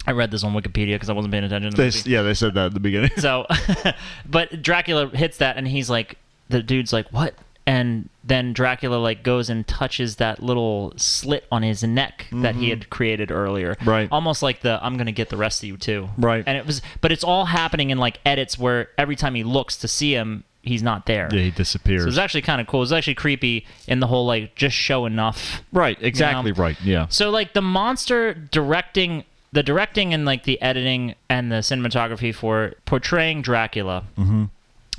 I read this on Wikipedia because I wasn't paying attention. To the they, movie. yeah they said that at the beginning So, but Dracula hits that, and he's like, the dude's like, what? And then Dracula like goes and touches that little slit on his neck that he had created earlier, Mm-hmm. Right. Almost like the "I'm gonna get the rest of you too," Right. And it was, but it's all happening in like edits where every time he looks to see him, he's not there. Yeah, he disappears. So it was actually kind of cool. It was actually creepy in the whole like just show enough. right, exactly know? right. Yeah. So like the monster directing the directing and like the editing and the cinematography for portraying Dracula Mm-hmm.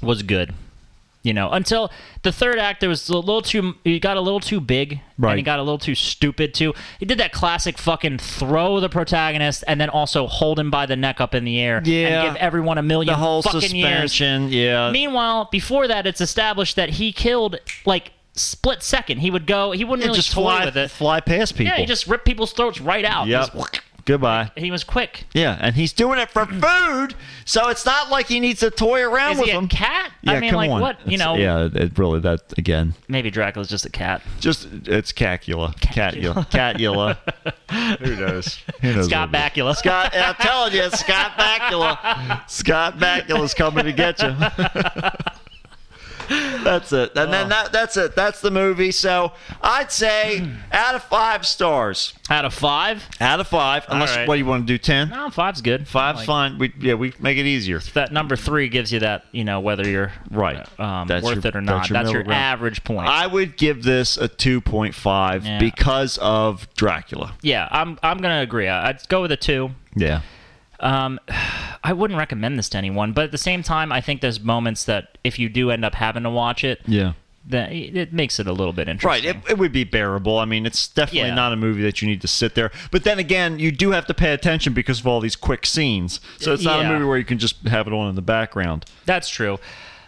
was good. You know, until the third act, there was a little too. He got a little too big, Right. and he got a little too stupid too. He did that classic fucking throw the protagonist, and then also hold him by the neck up in the air, Yeah. and give everyone a million The whole fucking years. suspension, yeah. Meanwhile, before that, it's established that he killed like split second. He would go. He wouldn't It really just toy fly with it. fly past people. Yeah, he just ripped people's throats right out. Yep. Just- Goodbye. he was quick. Yeah, and he's doing it for food, so it's not like he needs to toy around Is with he a them. cat? Yeah, I mean, come like on. what? You It's- know, Yeah, it really that again. maybe Dracula's just a cat. Just it's Cacula, Catula, Catula. Who knows? Who knows Scott what it Bakula. is. Scott, I'm telling you, it's Scott Bakula. Scott Bakula's coming to get you. that's it, and Oh. then that, that's it. That's the movie. So I'd say out of five stars, Out of five, out of five. Unless right. what do you want to do? Ten? no, five's good. Five's Like, fine. We yeah, we make it easier. That number three gives you that, you know, whether you're Right. um, That's worth your- it or that's not. your That's your, middle ground. average point. I would give this a 2.5 Yeah. because of Dracula. yeah, I'm I'm gonna agree. I, I'd go with a two. Yeah. Um, I wouldn't recommend this to anyone, but at the same time, I think there's moments that if you do end up having to watch it, Yeah. that it makes it a little bit Right. interesting. It, it would be bearable. I mean, it's definitely Yeah. not a movie that you need to sit there. But then again, you do have to pay attention because of all these quick scenes. So it's not Yeah. a movie where you can just have it on in the background. That's true.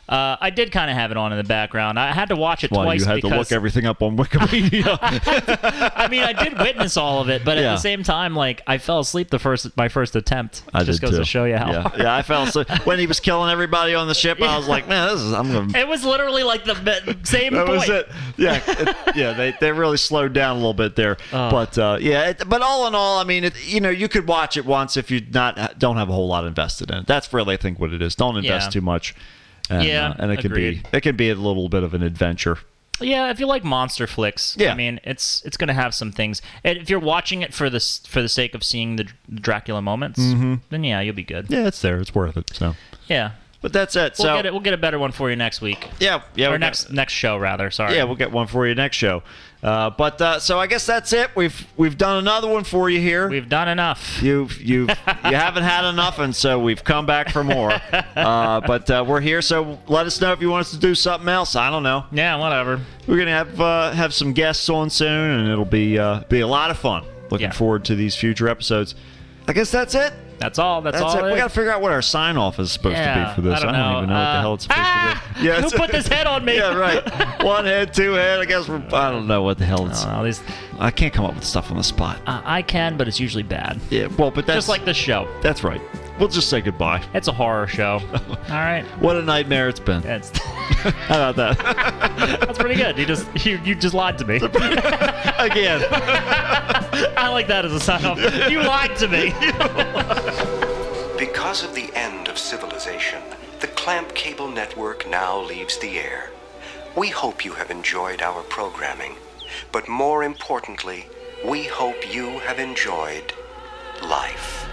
Uh, I did kind of have it on in the background. I had to watch it While twice you had to because look everything up on Wikipedia. I mean I did witness all of it, but at Yeah. the same time, like I fell asleep the first my first attempt. I Just did goes too. to show you how. Yeah. yeah, I felt so. When he was killing everybody on the ship, I was like, man, this is. I'm gonna. It was literally like the be- same That point. was it. Yeah, it- yeah. They, they really slowed down a little bit there, but uh, yeah. It, but all in all, I mean, it, you know, you could watch it once if you not don't have a whole lot invested in it. That's really, I think, what it is. Don't invest Yeah. too much. And, Yeah, uh, and it could be agreed. it could be a little bit of an adventure. Yeah, if you like monster flicks, Yeah. I mean, it's it's gonna have some things. And if you're watching it for the s- for the sake of seeing the Dracula moments, Mm-hmm. then yeah, you'll be good. Yeah, it's there. It's worth it. So, Yeah, but that's it. we'll so get it. We'll get a better one for you next week. yeah, yeah. or we're next gonna- next show rather. Sorry. Yeah, we'll get one for you next show. Uh, but uh, so I guess that's it. We've we've done another one for you here. we've done enough. You've you've you haven't had enough, and so we've come back for more. Uh, but uh, we're here, so let us know if you want us to do something else. I don't know. Yeah, whatever. We're gonna have uh, have some guests on soon, and it'll be uh, be a lot of fun. Looking Yeah. forward to these future episodes. I guess that's it. That's all. That's, That's all. it. We is. got to figure out what our sign off is supposed to Yeah, be for this. I don't know. even know what the Uh, hell it's supposed to be. Who it's- put this head on me? yeah, right. One head, two head. I guess we're. I don't know what the hell it's. Oh, these, I can't come up with stuff on the spot. uh, I can, but it's usually bad. Yeah. Well, but that's Just like this show. that's right. We'll just say goodbye. It's a horror show. all right. What a nightmare it's been. That's How about that? that's pretty good. You just you, you just lied to me. Again. I like that as a sign off. You lied to me. Because of the end of civilization, the Clamp Cable Network now leaves the air. We hope you have enjoyed our programming, but more importantly, we hope you have enjoyed life.